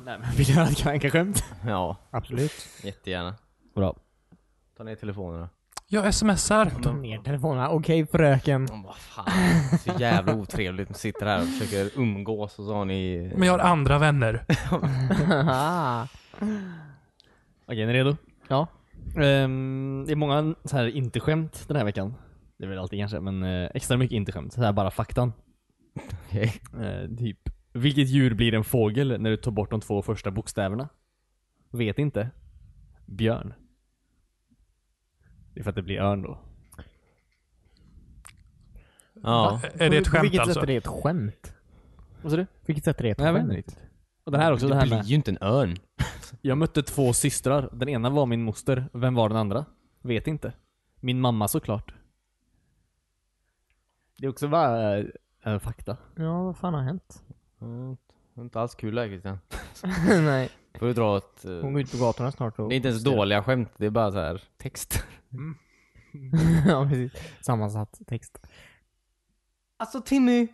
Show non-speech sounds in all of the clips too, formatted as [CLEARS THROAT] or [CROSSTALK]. Nej men vill du göra ett Kalanka-skämt? Ja, Absolut. jättegärna. Bra. Ta ner telefonerna. Jag smsar. Ta ner telefonerna. Okej fröken. Men vad fan, så jävla otrevligt. Ni sitter här och försöker umgås och så har ni... Men jag har andra vänner. Okej, är ni redo? ja. Ehm, det är många så här inte-skämt den här veckan. Det är väl alltid kanske, men eh, extra mycket inte-skämt. Så här bara faktan. Okej. Eh, typ. Vilket djur blir en fågel när du tar bort de två första bokstäverna? Vet inte. Björn. Det är för att det blir örn då. [LAUGHS] Ja. [LAUGHS] Är det ett På skämt vilket sätt alltså? är det ett skämt? Vad sa du? På vilket sätt är det ett Nej, jag vet skämt? inte riktigt. Och den här också, den här blir med. ju inte en örn. Jag mötte två systrar. Den ena var min moster. Vem var den andra? Vet inte. Min mamma såklart. Det är också bara eh, eh, fakta. Ja, vad fan har hänt? Mm, inte alls kul där Christian. [LAUGHS] Nej. Får du dra ett... eh, Hon går ut på gatorna snart och... Det är inte ens dåliga skämt, det är bara så här text. [LAUGHS] ja, precis. Sammansatt text. Alltså Timmy!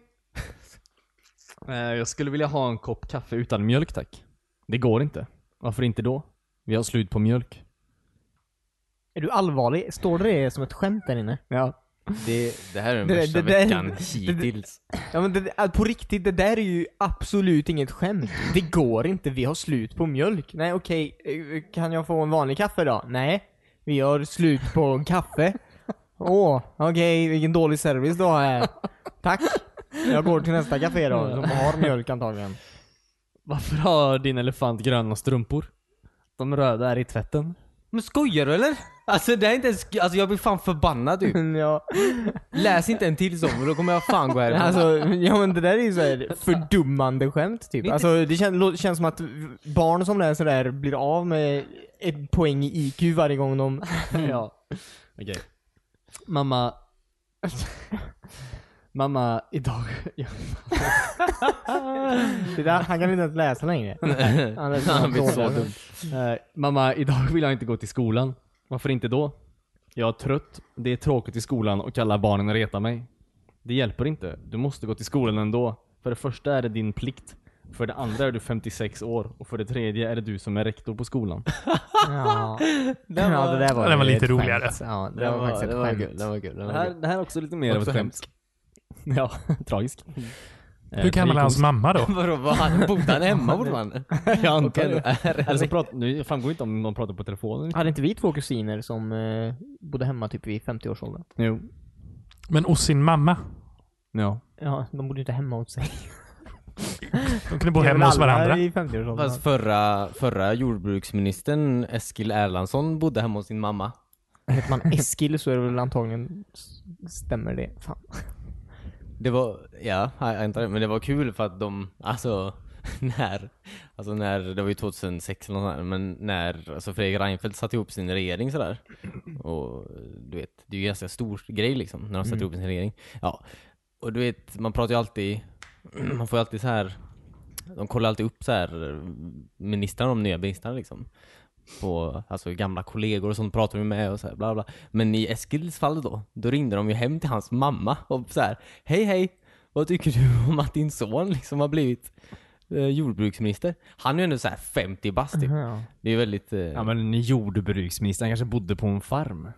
Eh, Jag skulle vilja ha en kopp kaffe utan mjölk tack. Det går inte. Varför inte då? Vi har slut på mjölk. Är du allvarlig? Står det det som ett skämt där inne? Ja. Det, det här är den Det- det- värsta det- veckan det- hittills. Ja men det, äh, på riktigt, det där är ju absolut inget skämt. Det går inte, vi har slut på mjölk. Nej okej, eh, kan jag få en vanlig kaffe då? Nej, vi har slut på [LAUGHS] kaffe. Åh, okej, vilken dålig service du har här. Tack. Jag går till nästa café då, som har mjölk antagligen. Varför har din elefant gröna strumpor? De röda är i tvätten. Men skojar du eller? Alltså det är inte ens, alltså jag blir fan förbannad du. [LAUGHS] ja, Läs inte en till sång för då kommer jag fan gå härifrån. alltså, ja men det där är ju såhär fördummande skämt typ. Alltså det kän, lå- känns som att barn som läser det här blir av med ett poäng i IQ varje gång de [LAUGHS] ja. Okej. Mamma. [LAUGHS] Mamma, idag... Ja. Det där, han kan inte ens läsa längre. Han läser Han blir dåligt. så dum. Eh, mamma, idag vill jag inte gå till skolan. Varför inte då? Jag är trött, det är tråkigt i skolan och alla barnen retar mig. Det hjälper inte. Du måste gå till skolan ändå. För det första är det din plikt. För det andra är du 56 år och för det tredje är det du som är rektor på skolan. [LAUGHS] Ja. ja, det där var, Den var ju lite ett roligare. Skämt. Ja, det, där var, faktiskt ett skämt. kul, det var kul. Det Det var här, kul. det här är också lite mer av ett Också skämt. [LAUGHS] Mm. Ja, [LAUGHS] Eh, tragisk. Hur gammal är hans mamma då? [LAUGHS] Vadå, vad hade- bodde han [LAUGHS] hemma fortfarande? Jag antar Okej, det. Alltså, prat, nu framgår inte om någon pratar på telefonen. Hade inte vi två kusiner som eh, bodde hemma typ vid 50-årsåldern? Jo. Men hos sin mamma? Ja. Ja, de bodde ju inte hemma hos sig. De kunde bo hemma hos varandra. i 50-årsåldern. Fast Alltså, förra, förra jordbruksministern Eskil Erlandsson bodde hemma hos sin mamma. Heter man Eskil så är det väl antagligen s- stämmer det. Fan. Det var, ja, jag antar det. Men det var kul för att de, alltså [LAUGHS] när, alltså när, det var ju 2006 eller nåt sånt där, men när alltså Fredrik Reinfeldt satte ihop sin regering sådär. Och du vet, det är ju en ganska stor grej liksom, när de sätter ihop sin regering. Ja. Och du vet, man pratar ju alltid, [CLEARS THROAT] man får ju alltid så här de kollar alltid upp så här ministrarna, de nya ministrarna liksom. På, alltså gamla kollegor och sånt pratar vi med och så här, bla bla. Men i Eskils fall då, då ringde de ju hem till hans mamma och så här, hej hej, vad tycker du om att din son liksom har blivit eh, jordbruksminister? Han är ju ändå så här 50 bast typ. Mm-hmm. Ja, Det är ju väldigt... Eh, Ja men jordbruksministern kanske bodde på en farm.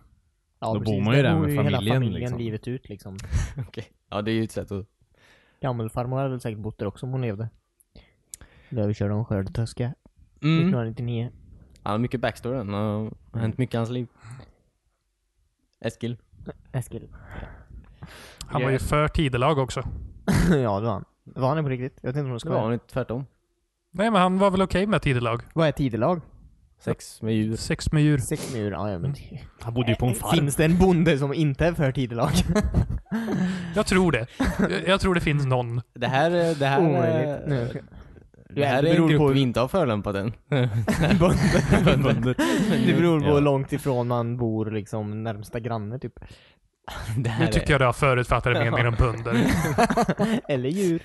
ja Då precis. bor man ju där bor med hela familjen, familjen liksom. livet ut liksom. okej. ja det är ju ett sätt att... Gammelfarmor hade väl säkert bott där också om hon levde. Lövkörde om skördetröska Mm. 1999. Han har mycket backstory, han har hänt mycket i hans liv. Eskil. Eskil. [LAUGHS] Han var ju för tidelag också. ja, det var han. Var han det på riktigt? Jag vet inte om det Det ska var han inte tvärtom. Nej, men han var väl okej med tidelag? Vad är tidelag? Sex med djur. Sex med djur. Sex mur, ja, ja men det... Han bodde ju på en farm. Finns det en bonde som inte är [LAUGHS] för tidelag? Jag tror det. Jag- Jag tror det finns någon. Det här, eh, det här... eh, Omöjligt. Nej, jag skojar. Det här Det är en beror grupp på- vi inte har förolämpat [LAUGHS] än. [LAUGHS] Bönder. Det beror på Ja. hur långt ifrån man bor liksom, närmsta [LAUGHS] granne typ. Det här Nu tyckte jag du har förutfattade meningar om bönder. [LAUGHS] Eller djur.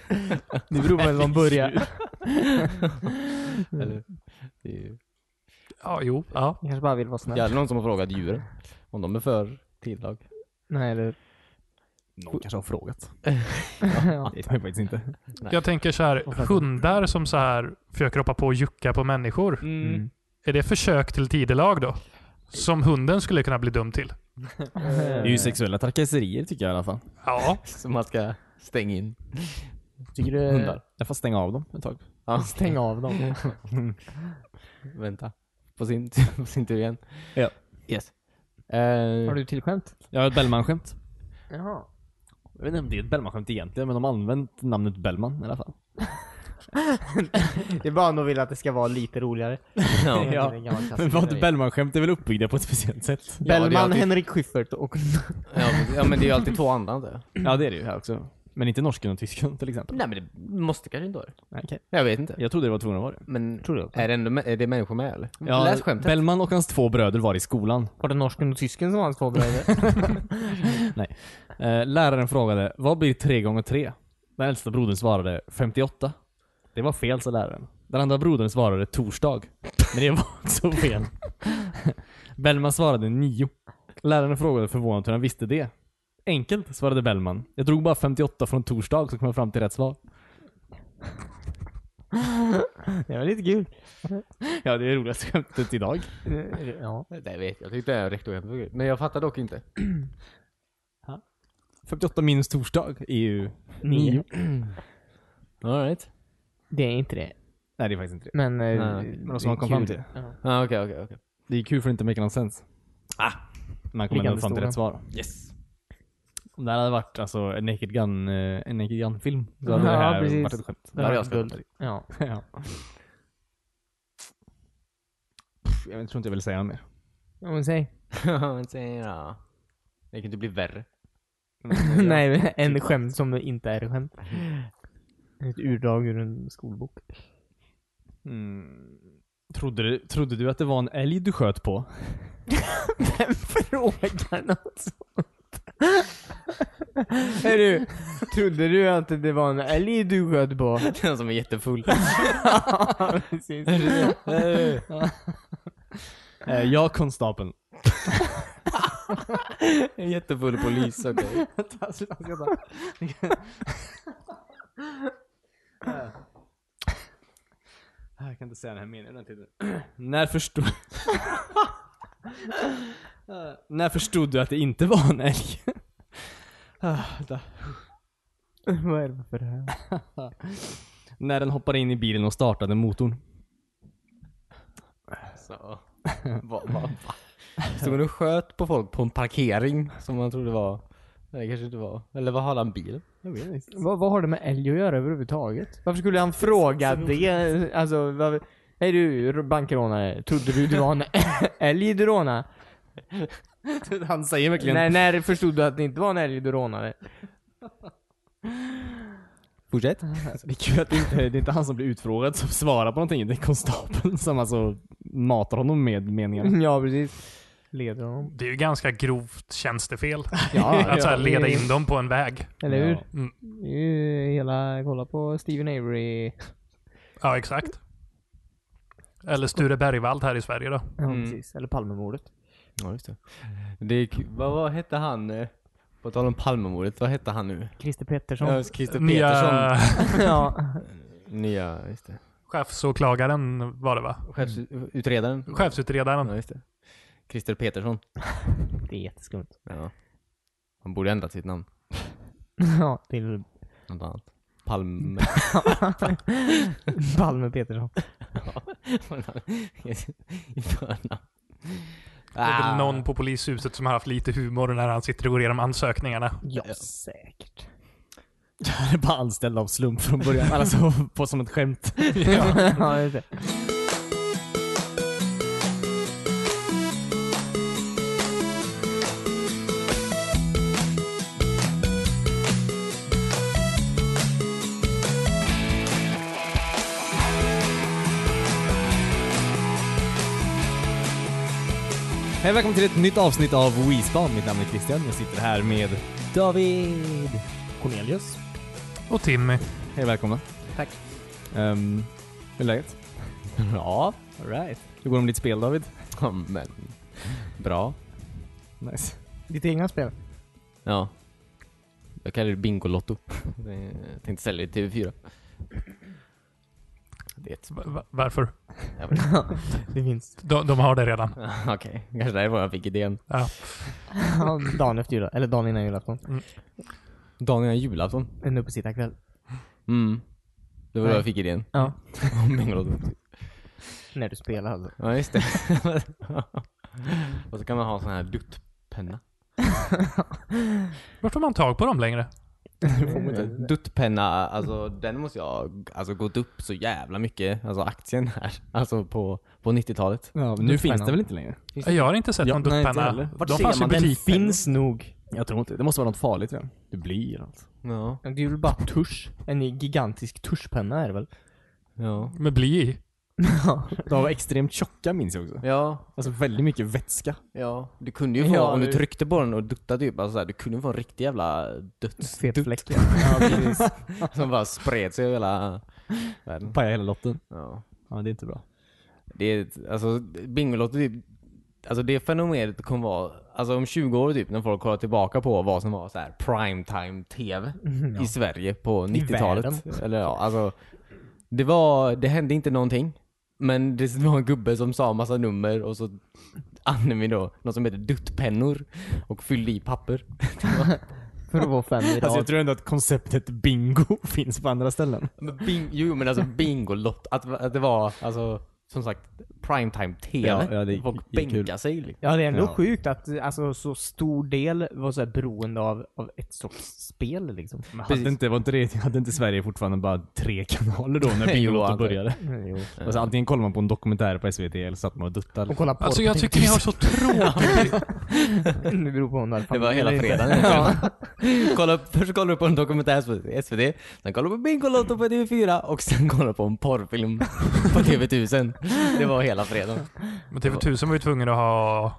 Det beror på vem som börjar. är... Eller, det är ju- Ja, jo. Ja. Jag kanske bara vill vara snäll. det är aldrig någon som har frågat djuren om de är för tillag. Nej, eller Någon kanske har frågat. [LAUGHS] ja, det vet man ju faktiskt inte. Jag tänker så här, hundar som så här försöker hoppa på och jucka på människor. Mm. Är det försök till tidelag då? Som hunden skulle kunna bli dum till? Det är ju sexuella trakasserier tycker jag i alla fall. Ja. Som man ska stänga in. Tycker du... Hundar. Jag får stänga av dem ett tag. Ja, Stäng av [LAUGHS] dem. vänta. På sin, [LAUGHS] på sin tur igen. Ja. Yes. Eh, Har du till skämt? Jag har ett Bellman-skämt. Jaha. Jag vet inte om det är ett Bellman-skämt egentligen, men de har använt namnet Bellman i alla fall. Det är bara om de vill att det ska vara lite roligare. ja. Det är en [LAUGHS] gammal Men klassiker. var inte Bellman-skämt är väl uppbyggda på ett speciellt sätt? det är Bellman, alltid- Henrik Schyffert och... Ja, men, ja, men det är ju alltid två andra inte? Ja, det är det ju här också. Men inte norsken och tysken till exempel. Nej men det måste kanske inte vara det. Nej, okej. Jag vet inte. Jag trodde det var tvungen att vara det. Men Tror du? är det, ändå, är det människor med eller? Ja, Läs skämtet. Bellman och hans två bröder var i skolan. [LAUGHS] Var det norsken och tysken som var hans två bröder? Nej. Eh, läraren frågade, vad blir tre gånger tre? Den äldsta brodern svarade 58. Det var fel, sa läraren. Den andra brodern svarade torsdag. Men det var också fel. [LAUGHS] Bellman svarade 9. Läraren frågade förvånat hur han visste det. Enkelt, svarade Bellman. Jag drog bara 58 från torsdag så kom jag fram till rätt svar. [LAUGHS] det var lite kul. Ja, det är det roligaste skämtet idag. Ja. Det vet jag. Jag tyckte det var rektor jättebra. Men jag fattar dock inte. 58 minus torsdag är ju Nio. 9. Alright. Det är inte det. Nej, det är faktiskt inte det. Men... eh, Nej, det Men är också man kom kul. fram till. Ja. Ja, Ah, okej, okej, okej. Det är kul för det inte make någon sens. Ah. Man kommer ändå Liggande fram till rätt svar. Yes. Om det här hade varit alltså, en Naked Gun, eh, en Naked Gun-film, så hade Ja, det här precis. varit ett skämt. Det hade var jag guld. skrattat. Ja. [LAUGHS] ja. Pff, Jag vet- tror inte jag vill säga något mer. Ja, men säg. [LAUGHS] Men säg då. Det kan inte bli värre. [LAUGHS] [LAUGHS] [LAUGHS] Nej, men en skämt som inte är skämt. Ett urdrag ur en skolbok. Mm. Trodde, du, trodde du att det var en älg du sköt på? Vem frågar något sånt? Hörru, trodde du att det var en älg du sköt på? Den som är jättefull. [LAUGHS] [LAUGHS] Ja, precis. [LAUGHS] Eh, ja, konstapeln. En jättefull polis, okej. Ah, Jag kan inte säga den här meningen den tiden. [CLEARS THROAT] När förstod... [LAUGHS] Eh, När förstod du att det inte var en älg? [LAUGHS] Ah, där. Vad är det för det här? När den hoppade in i bilen och startade motorn. Så. Va, va, va? Stod hon och sköt på folk på en parkering som man trodde var... Nej, det kanske inte var. Eller vad har han bil? Jag vet inte. Vad, vad har det med älg att göra överhuvudtaget? Varför skulle han fråga det? Alltså, varför... Hej du bankrånare, trodde du det var en älg du rånade? [LAUGHS] Han säger verkligen... När, när förstod du att det inte var en älg du rånade? Fortsätt. Det är kul att det inte det är inte han som blir utfrågad som svarar på någonting. Det är konstapeln som alltså matar honom med meningar. Ja, precis. Leder honom. Det är ju ganska grovt tjänstefel. Ja, Att så här [LAUGHS] ja, leda det- in dem på en väg. Eller hur? Ja. Mm. Det är ju hela, kolla på Steven Avery. Ja, exakt. Eller Sture Bergvall här i Sverige då. Ja, Mm. precis. Eller Palmemordet. Ja, just det. det är, kul. vad, vad hette han? eh, På tal om Palmemordet, vad hette han nu? Christer Ja, Pettersson. Christer [LAUGHS] Petersson. Nya ja. Nya, just det. chefsåklagaren var det va? Chefsutredaren. Chefsutredaren. Ja, just det. Christer Petersson. Det är jätteskumt. Ja. Han borde ändrat sitt namn. [LAUGHS] Ja, till Något annat. [LAUGHS] Palme. [LAUGHS] Palme Pettersson. [LAUGHS] I förnamn. Det är väl Ah. någon på polishuset som har haft lite humor när han sitter och går igenom ansökningarna. Ja, säkert. Han är bara anställd av slump från början. Alltså [LAUGHS] på som ett skämt. [LAUGHS] ja, just det. Hej välkommen till ett nytt avsnitt av WeSpan. Mitt namn är Christian. Jag sitter här med David. Cornelius. Och Timmy. Hej välkomna. Tack. Ehm, hur är [LAUGHS] läget? Ja. Alright. Hur går det med ditt spel David? Ja, men. Bra. Nice. Ditt egna spel. Ja. Jag kallar det Bingolotto. [LAUGHS] Jag tänkte sälja det till TV4. Det är ett... Va- va- Varför? jag vet. Det finns De, de har det redan. [LAUGHS] Okej, kanske därifrån jag fick idén. Ja. [LAUGHS] ja, dagen efter jula, eller dagen innan julafton. Dagen innan julafton. En uppesittarkväll. Mm. Det var då Nej. jag fick idén. [LAUGHS] Ja. Om Bingolotto. När du spelar alltså. Ja, just det. [LAUGHS] Och så kan man ha en sån här duttpenna. Vart får man tag på dem längre? Duttpenna, alltså den måste jag, alltså gått upp så jävla mycket, alltså aktien här, [LAUGHS] alltså på, på 90-talet. Ja, men nu Duttpennan. finns det väl inte längre? Jag har inte sett Ja, någon nej, inte duttpenna. heller. De fanns i Den butik. finns nog. Jag tror inte det. måste vara något farligt igen. Det blir alltså. Ja. Det är väl bara tusch. En gigantisk tuschpenna är det väl? [LAUGHS] Ja. Med bly i. [LAUGHS] De var extremt tjocka minns jag också. Ja, Alltså väldigt mycket vätska. ja. Du kunde ju få, Ja, om du det- tryckte på den och duttade typ, alltså så här, du kunde ju få en riktig jävla [LAUGHS] döds... Fet [LAUGHS] fläck. dutt som bara spred sig över hela världen. Pajade hela lotten. Ja. Ja, det är inte bra. Det är, ett- alltså Bingolotto typ, alltså det fenomenet kommer vara, alltså om 20 år typ när folk kollar tillbaka på vad som var så här primetime TV i Sverige på 90-talet. världen. Eller ja, alltså. Det var, det hände inte någonting. Men det var en gubbe som sa massa nummer och så använde vi då något som heter duttpennor och fyllde i papper. [LAUGHS] För att vara [LAUGHS] fem i Alltså jag rad. tror ändå att konceptet bingo [LAUGHS] finns på andra ställen. Men bing, jo men alltså Bingolotto, att, att det var alltså som sagt primetime TV. Ja, ja, det är- folk det är kul. bänkade sig liksom. Ja det är ändå Ja. sjukt att eh, alltså, så stor del var så här beroende av, av ett sorts spel liksom. Men Precis. hade inte, var inte det, hade inte Sverige fortfarande bara tre kanaler då när Nej, Mm, jo, Bingolotto antar jag. började? Jo. Alltså, antingen kollar man på en dokumentär på SVT eller satt man och duttade. Och kolla på Alltså jag tycker [LAUGHS] ni har så tråkigt. Det beror på om har Det familj var hela eller inte. fredagen [LAUGHS] egentligen. [LAUGHS] kolla, upp- Först kollar du på en dokumentär på SVT, sen kollar du på Bingolotto på TV4 och sen kollar du på en porrfilm på TV1000. Det var hela fredagen. Men TV1000 var ju tvungen att ha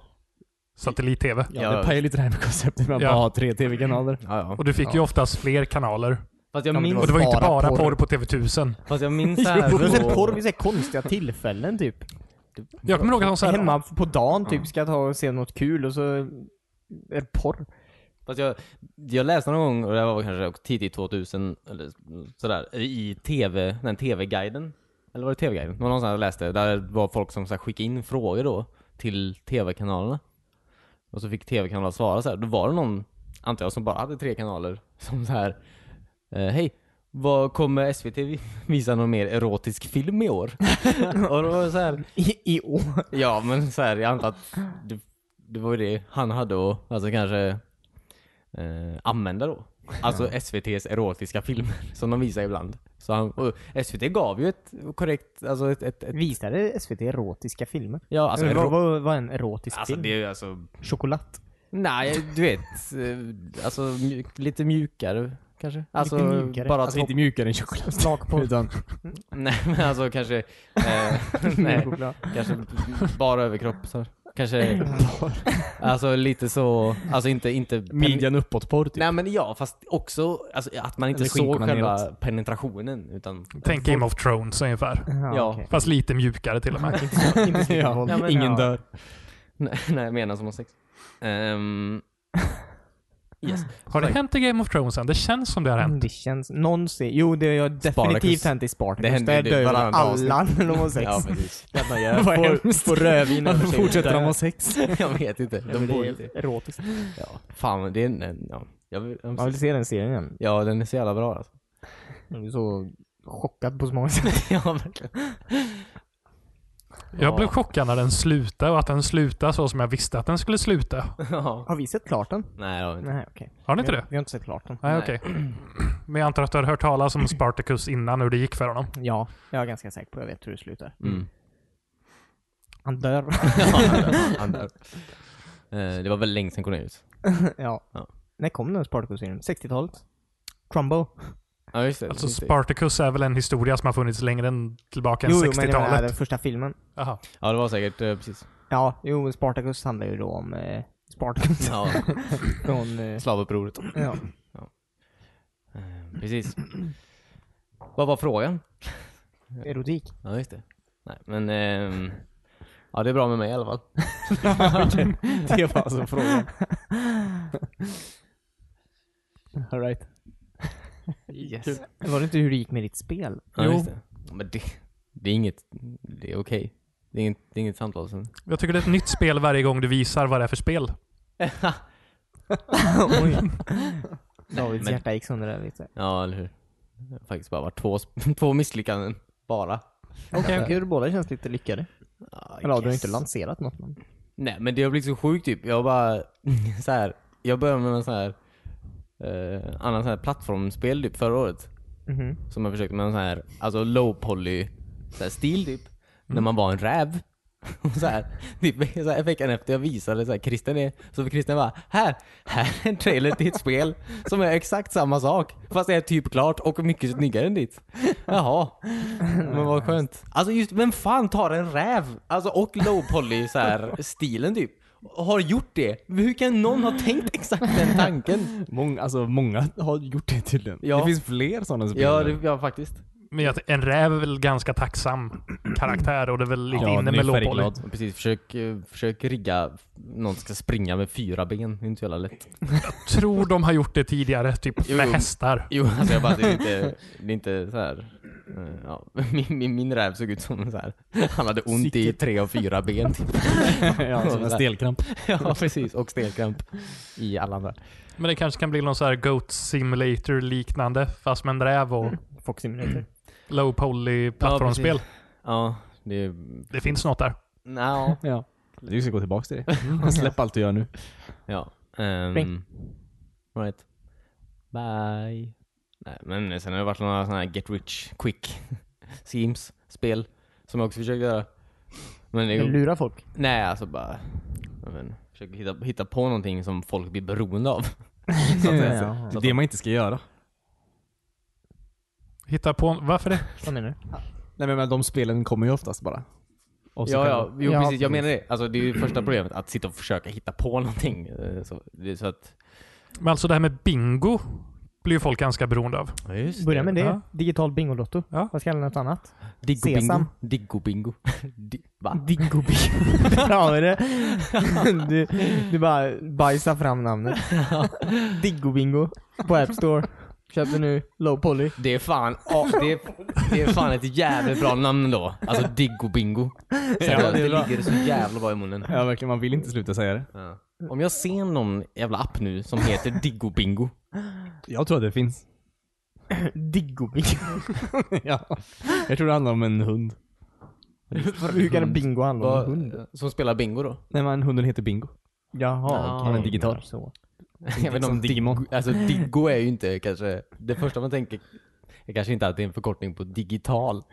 satellit-TV. Ja, Ja. Det pajar lite det här med konceptet med att Ja. bara ha tre tv-kanaler. Ja, ja. Och du fick ju oftast fler kanaler. Fast jag Ja, men minns, Och det var ju inte Bara bara porr. porr på TV1000. fast jag minns [LAUGHS] det Jo, men här sen på- porr vid så här konstiga tillfällen typ. Jag kommer ihåg att de så här, Hemma på dagen typ ska ta och se något kul och så är det porr. Fast jag, jag läste någon gång, och det var kanske också tidigt 2000 eller sådär, i TV, den TV-guiden. Eller var det TV-guiden? Det var någonstans jag läste, där var folk som så här, skickade in frågor då till TV-kanalerna. Och så fick TV-kanalerna svara så här. Då var det någon, antar jag, som bara hade tre kanaler som så här. Eh, Hej, vad kommer SVT vi- [LAUGHS] visa någon mer erotisk film i år? [LAUGHS] och då var det så här, I, i år. [LAUGHS] Ja men så här, jag antar att det, det var ju det han hade att alltså kanske eh, använda då. Alltså SVT's erotiska filmer [LAUGHS] som de visar ibland. Så han, och SVT gav ju ett korrekt, alltså ett, ett, ett Visade SVT erotiska filmer? ja alltså, Eller vad, ero- vad, vad är en erotisk alltså film? det är ju alltså, Choklad? nej du vet, eh, alltså mjuk, lite mjukare kanske. Alltså mjukare. bara Alltså topp- inte mjukare än choklad. Smak på Utan, nej men alltså kanske, eh, [LAUGHS] [LAUGHS] nej. [LAUGHS] choklad? Kanske bara överkropp så. här. Kanske, alltså lite så, alltså inte, inte midjan uppåt-porr typ. Nej men ja, fast också alltså, att man inte Eller såg skinkorna själva neråt. penetrationen utan... tänk Game of Thrones ungefär. Ja. Ja. okej. [LAUGHS] Fast lite mjukare till och med. Inte slickvåld. Ja, men- Ingen ja. dör. [LAUGHS] Nej, nej jag menar som har sex. Ehm, yes. Har det hänt i Game of Thrones än? Det känns som det har hänt. Det känns... Någonsin. Jo, det har definitivt Spartacus. hänt i Spartacus. Det händer Där ju dör varannat alla när de har sex. Ja precis. [LAUGHS] [LAUGHS] Vad hemskt. Får rödvin [LAUGHS] över sig. Fortsätter de ha sex? Jag vet inte. Ja, men De det bor är ju... erotiskt. Ja. Fan, men det är en... en- Ja. Jag vill, Man vill se den serien igen. ja, den är så jävla bra alltså. [LAUGHS] Jag är så chockad på så många sätt. ja, verkligen. [LAUGHS] Mm. Jag blev chockad när den slutade och att den slutade så som jag visste att den skulle sluta. Ja. Har vi sett klart den? Nej, det har vi inte. Nej, okej. Har ni inte Vi, det? vi har inte sett klart den. Nej, Nej. okej. Men jag antar att du har hört talas om Spartacus innan hur det gick för honom. Ja, jag är ganska säker på. Jag vet hur det slutar. Mm. [LAUGHS] Han dör. Han dör. Eh, det var väl länge sedan Cornelius. [LAUGHS] ja. Ja. När kom den Spartacus-serien? 60-talet? Crumbo? Ja just det. Alltså Just det. Spartacus är väl en historia som har funnits längre än tillbaka än Jo, jo, men jag menar den 60-talet? första filmen. Jaha. Ja det var säkert, eh, precis. Ja, jo, men Spartacus handlar ju då om eh, Spartacus. Ja, [LAUGHS] Från, eh, slavupproret. ja. Eh, Precis. Vad var frågan? Erotik. Ja, just det. Nej, men... ehm, ja, det är bra med mig i alla fall. [LAUGHS] Det var alltså frågan. Alright. Yes. Var det inte hur det gick med ditt spel? Ja, Jo. just det. Ja, Men det, det är inget, det är okej. Det är inget, det är inget samtal sen. Jag tycker det är ett nytt spel varje gång du visar vad det är för spel. Davids men- hjärta gick sönder där lite. Ja, eller hur? Det har faktiskt bara varit två, sp- [LAUGHS] två misslyckanden. Bara. Okej, okay. båda känns lite lyckade. Eller ja, du har inte lanserat något men. Nej men det har blivit så sjukt typ. Jag bara, [LAUGHS] så här, jag började med en sån här, eh, annan sån här plattformspel typ förra året. Mhm. Som jag försökte med en sån här, alltså low poly så här, stil typ. När man var en räv. [LAUGHS] Och så här, typ, [LAUGHS] så här, veckan efter jag visade så här, Christian det, så fick Christian bara här, här är en trailer till ett spel som är exakt samma sak. Fast det är typ klart och mycket snyggare än ditt. Jaha. Men vad skönt. Alltså just, vem fan tar en räv? Alltså och low poly så här [LAUGHS] stilen typ. Och har gjort det. Hur kan någon ha tänkt exakt den [LAUGHS] tanken? Många, alltså många har gjort det tydligen. Ja. Det finns fler sådana spel. Ja, det, ja faktiskt. Men jag, en räv är väl ganska tacksam karaktär och det är väl lite Ja, inne den är med low poly. färgglad. Och Precis, försök, eh, försök rigga någon som ska springa med fyra ben. Det är inte så jävla lätt. Tror de har gjort det tidigare, typ Jo, med jo. hästar. Jo, alltså jag bara, det är [LAUGHS] inte, det är inte så här. eh, Ja, [LAUGHS] min, min, min räv såg ut som en så här. Han hade ont i tre av fyra [LAUGHS] ben. typ. [LAUGHS] ja, [LAUGHS] som en stelkramp. Ja, precis. Och stelkramp i alla andra. Men det kanske kan bli någon så här Goat Simulator liknande, fast med en räv och Fox Simulator. low poly plattformsspel. Ja, det... det finns något där. No. Ja. Du ska gå tillbaka till [LAUGHS] det. Släpp allt du gör nu. Ja. ehm, Spring. right. Bye. Nej, men sen har det varit några sådana här get rich quick [LAUGHS] schemes spel som jag också försöker göra. Men det, Men lura folk. nej, alltså bara... Jag vet inte, försöker hitta, hitta på någonting som folk blir beroende av. Så att det säga. är Jaha. så. Det är det man inte ska göra. Hitta på Varför det? Vad menar du? Nej men, men de spelen kommer ju oftast bara. Av sig Ja, själva. ja, jo, Ja, precis. Jag precis. menar det. Alltså, det är ju första problemet, att sitta och försöka hitta på någonting. eh, Så, det, är så att... Men alltså det här med bingo blir ju folk ganska beroende av. Ja, just Börja med det. Ja. Digital Bingolotto. Ja. Vad ska jag något annat? Diggo-bingo. Sesam. Diggo-bingo. [LAUGHS] Di- Va? Ah. Dingo [LAUGHS] Bingo. Bra är det. [LAUGHS] Du, du bara bajsar fram namnet. Dingo Bingo. På App Store. Köp det nu. Low Poly. Det är fan, ja, det, är, det är fan ett jävligt bra namn då. Alltså Diggo Bingo. det Seriöst, det är bra. ligger så jävla bra i munnen. ja verkligen, man vill inte sluta säga det. Ja. Om jag ser någon jävla app nu som heter Diggo Bingo. Jag tror att det finns. Dingo Bingo. [LAUGHS] ja. Jag tror det handlar om en hund. Hur kan en bingo handla om en hund? Vad- Som spelar bingo då? Nej men hunden heter Bingo. Jaha, Ja, okej. han är digital. Så. Jag vet inte om som Diggo, Digimon. alltså Diggo är ju inte kanske, det första man tänker är kanske inte att det är en förkortning på digital.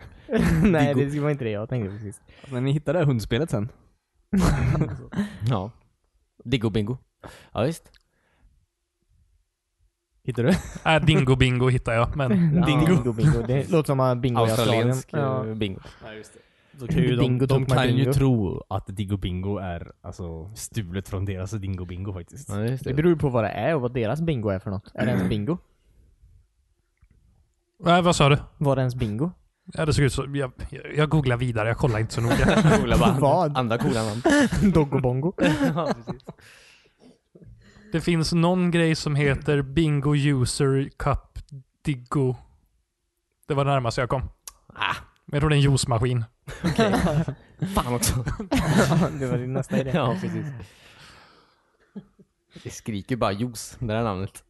Nej, Dingo. det skulle vara inte det jag tänkte precis. När ni hittar det här hundspelet sen. Ja. Diggo Bingo. Ja visst. Hittar [LAUGHS] du? Äh, dingo bingo hittar jag, [LAUGHS] men Dingo. Dingo bingo. Det låter som att bingo i Australien. Australiensk Ja. eh, bingo. Så kan ju Bingo de de tog man kan ju bingo. tro att Diggo Bingo är alltså, stulet från deras Dingo Bingo faktiskt. Ja, just Det det. beror ju på vad det är och vad deras bingo är för något. Är det ens bingo? äh, vad sa du? Var det ens bingo? Ja, det såg ut så. Jag, jag googlar vidare, jag kollar inte så noga. Coola bara, Vad? Andra coola namn. [LAUGHS] Doggo bongo? Ja, precis. Det finns någon grej som heter bingo user cup diggo. Det var det närmaste jag kom. Ah. Men jag tror det är en juicemaskin. [LAUGHS] Fan också. [LAUGHS] det var din nästa idé. [LAUGHS] Ja, precis. Det skriker bara juice, det där namnet.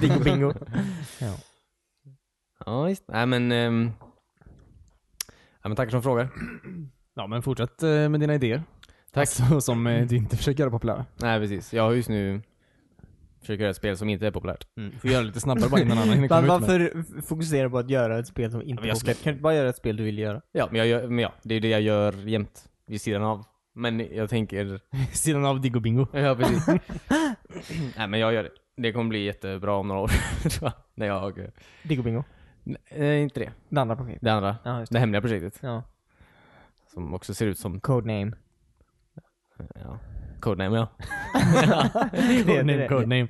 Dingo [LAUGHS] bingo. Ja, visst. Nej men... ehm, Ja, men tackar som frågar. Ja men fortsätt eh, med dina idéer. Tack. Alltså, som eh, du inte försöker göra populära. Nej precis, jag har just nu försöker göra ett spel som inte är populärt. Du Mm. får göra det lite snabbare bara innan [LAUGHS] annan hinner komma Men ut med det. varför f- fokusera på att göra ett spel som inte men är jag skulle- populärt? Kan du inte bara göra ett spel du vill göra? Ja, men, jag gör, men ja, det är det jag gör jämt vid sidan av. Men jag tänker... [LAUGHS] Sidan av Diggo Bingo. Ja, [LAUGHS] precis. Nej men jag gör det. Det kommer bli jättebra om några år, [LAUGHS] tror jag. När jag... eh, Dingo bingo. Nej, inte det. Det andra projektet. Det andra. Ja, just Det hemliga projektet. Ja. Som också ser ut som... Codename. Ja. Codename ja. [LAUGHS] Det är det. Codename.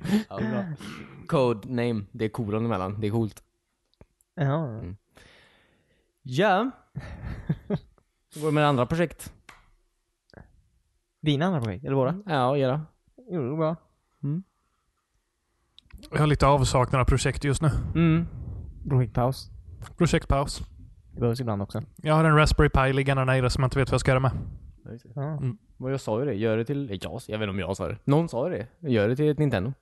Codename. Det är kolon emellan. Det är coolt. Ja. Ja. Hur går det med andra projekt? Mm, Dina andra projekt? Eller våra? Ja, göra. Jo, det går bra. Jag har lite avsaknad av projekt just nu. Mm. Projektpaus. Projektpaus. Det behövs ibland också. Jag har en Raspberry Pi liggande nere som jag inte vet vad jag ska göra med. Ja. Vad jag sa ju det, gör det till... Jag, jag vet inte om jag sa det. Någon sa ju det. Gör det till ett Nintendo.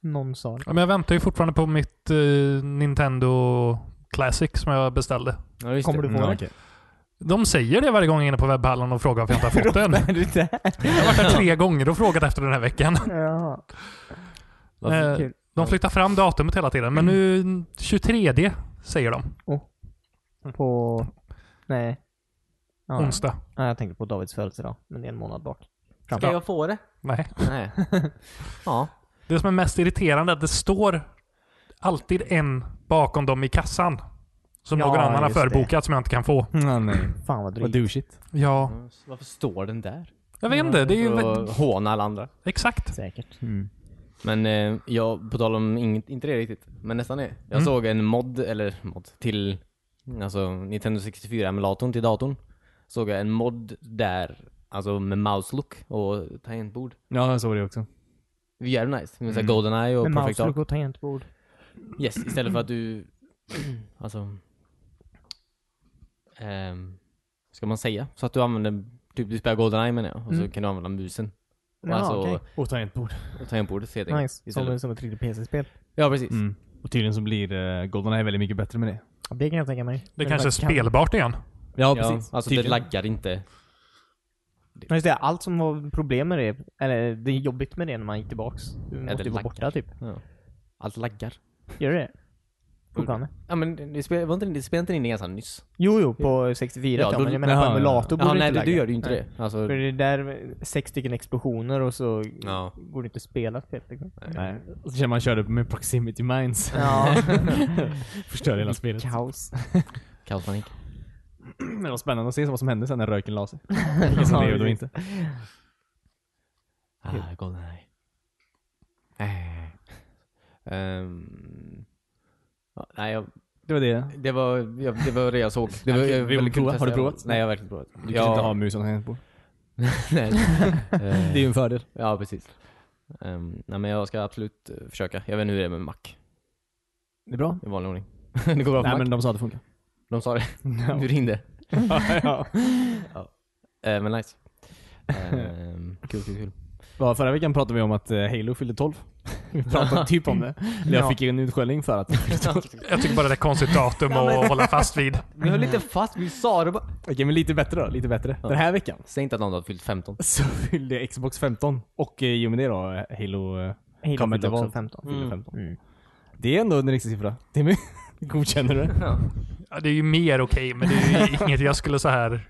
Någon sa det. Ja, Men jag väntar ju fortfarande på mitt eh, Nintendo Classic som jag beställde. Ja, just Kommer du få Ja, det? okej. De säger det varje gång jag är inne på webbhallen och frågar om jag inte [LAUGHS] har fått den. [LAUGHS] Är det där? Jag har varit där tre gånger och frågat efter den här veckan. Ja. Varför? Eh, kul. Mm. de flyttar fram datumet hela tiden, men nu 23 säger de. På... Nej. Ja. Onsdag. Ja, jag tänkte på Davids födelsedag. Men det är en månad bort. Ska jag få det? Nej. [LAUGHS] Nej. ja. Det som är mest irriterande är att det står alltid en bakom dem i kassan. Som Ja, någon annan har just det. förbokat som jag inte kan få. [LAUGHS] Ja, nej. Fan vad Vad drygt. douchigt. Ja, Varför står den där? jag vet inte. Det är ju För att håna alla andra. exakt. Säkert. Mm. Mm. Men eh, jag, på tal om inget, inte det riktigt, men nästan det. Jag Mm. såg en mod, eller mod, till alltså Nintendo 64-emulatorn till datorn. Såg jag en mod där, alltså med mouse look och tangentbord. Ja, jag såg det också. Jävligt nice. Med mm. Goldeneye och Men Perfect mouse Dark. och tangentbord. Yes, istället för att du... [CLEARS THROAT] alltså... ehm, ska man säga? Så att du använder, typ du spelar Goldeneye menar jag, och så kan du använda musen. Och Ja, alltså, okej. Och tangentbord. och tangentbordet helt enkelt. Nice. istället. Som, som ett 3D-PC-spel. Ja, precis. Mm. Och tydligen så blir uh, Goldeneye väldigt mycket bättre med det. Det kan jag tänka mig. Det Men kanske är kan- spelbart igen. Ja, Alltså det tydligen. laggar inte. Men just det, allt som var problem med det, eller det är jobbigt med det när man gick tillbaks. Du måste ju laggar. vara borta typ. Ja. Allt laggar. Gör det Fortfarande? Mm. Ja men det spel, var inte, det spelade inte in det ganska nyss? Jo, jo, på 64 ja, Ja, då- men jag menar jaha, på ja. emulator borde Ja det nej inte det, du lagga. gör ju inte Nej. det. Alltså, För det är där sex stycken explosioner och så Ja. går det inte att spela spelet liksom. Nej. Och så känner man körde med proximity mines. [LAUGHS] Ja, Förstörde hela spelet. [LAUGHS] [LAUGHS] kaos. kaospanik. Men det var spännande att se vad som hände sen när röken la [LAUGHS] sig. Vilka som Ja, levde och precis. inte. Mm. Ah, Goldeneye. Eh. Ehm. ja, nej jag, Det var det. det var, jag, det var det jag såg. Det var, Okej, jag, vill du väldigt kul prova? att Har du testa. provat? Nej jag har verkligen provat. Du kan inte ha mus och tangentbord. [LAUGHS] nej. [LAUGHS] Eh, Det är ju en fördel. ja precis. Ehm, nej men jag ska absolut eh, försöka. Jag vet inte hur det är med Mac. Det är bra. I vanlig ordning. [LAUGHS] det går bra för Nej Mac. men de sa att det [LAUGHS] funkar. De sa det. [LAUGHS] Du ringde. ja. Eh, men nice. Ehm, kul, kul, kul. [LAUGHS] Ja, förra veckan pratade vi om att eh, Halo fyllde [LAUGHS] 12. Vi pratade typ om det. Eller jag fick ju en utskällning för att Jag tycker bara det är ett konstigt datum att hålla fast vid. Vi höll lite fast, vi sa det bara. Okej, men lite bättre då. Lite bättre. Den här veckan Säg inte att någon har fyllt 15. så [LAUGHS] fyllde Xbox 15 och eh, i och med det då eh, Halo eh, Halo Kommer inte fyllde också vara. 15. fyllde 15. Mm. Det är ändå en riktig siffra. Timmy, [LAUGHS] godkänner du [LAUGHS] det? Ja, det är ju mer okej, men det är ju inget jag skulle så här...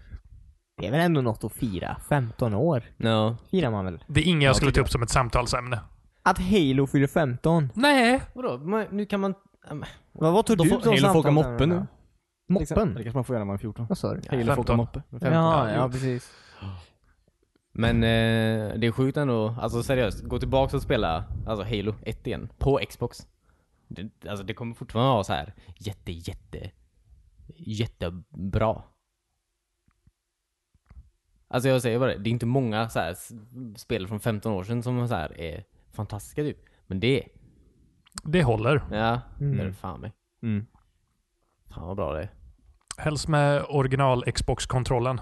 Det är väl ändå något att fira? 15 år Ja. firar man väl? Det är inget jag skulle ta upp som ett samtalsämne. Att Halo fyller 15? Nej, Vadå? Man, nu kan man... ähm, Vad vad tog Då du får- som Halo får åka samtalsämne moppe nu. då? Liksom. Det Moppen? kanske man får göra när man är 14. Vad sa du? Halo får åka 15. moppe. Ja, ja precis. Men eh, det är sjukt ändå. Alltså seriöst, gå tillbaka och spela alltså Halo 1 igen. På Xbox. Det, alltså det kommer fortfarande vara så här jätte, jätte, jättebra. Alltså jag säger bara det, det är inte många så här s- spel från 15 år sedan som så här är fantastiska typ. Men det, det håller. ja, det är det fan mig. Mm. Fan vad bra det är. Helst med original Xbox-kontrollen.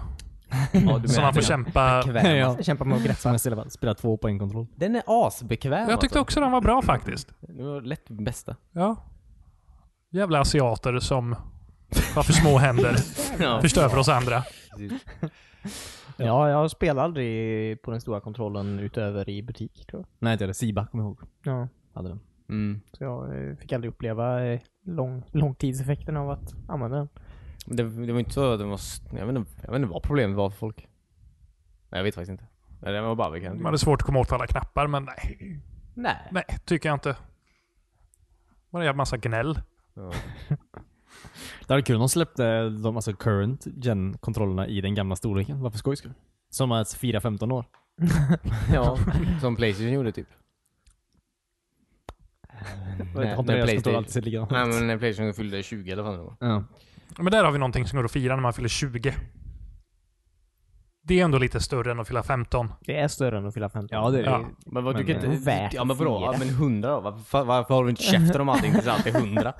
Ja, Så man får kämpa. Ja. Kämpa med att Så greppa. man spelar, spelar två på en kontroll. Den är asbekväm Jag tyckte alltså. också den var bra faktiskt. Det var lätt bästa. Ja. Jävla asiater som har för små händer. [LAUGHS] Ja. Förstör för oss andra. Ja, jag spelar aldrig på den stora kontrollen utöver i butik tror jag. Nej, inte jag. Siba, kommer jag ihåg. Ja. Hade den. Mm. Så jag eh, fick aldrig uppleva eh, lång, långtidseffekten av att använda den. Det, det var inte så att den var... s- Jag vet inte, jag vet inte vad problemet var för folk. Nej, jag vet faktiskt inte. Nej, det var bara vi Man kan... hade svårt att komma åt alla knappar, men nej. Nej. Nej, tycker jag inte. Var det en jävla massa gnäll? Ja. Det var kul om de släppte de alltså current gen-kontrollerna i den gamla storleken. Varför skojs skull? Som att fira 15 år. [LAUGHS] ja. Som Playstation gjorde typ. Nej, har inte men deras kontroll Playstation- alltid sett likadant Nej ut? men när Playstation fyllde 20 eller vad fan det var. Ja. Men där har vi någonting som går att fira när man fyller 20. Det är ändå lite större än att fylla 15. Det är större än att fylla 15. Ja, det är det. Ja. Men vad, du Men, kan eh, inte... värt Ja men vadå? att Ja, fira. men hundra då? Varför, varför har du inte käften om allting tills allt är hundra?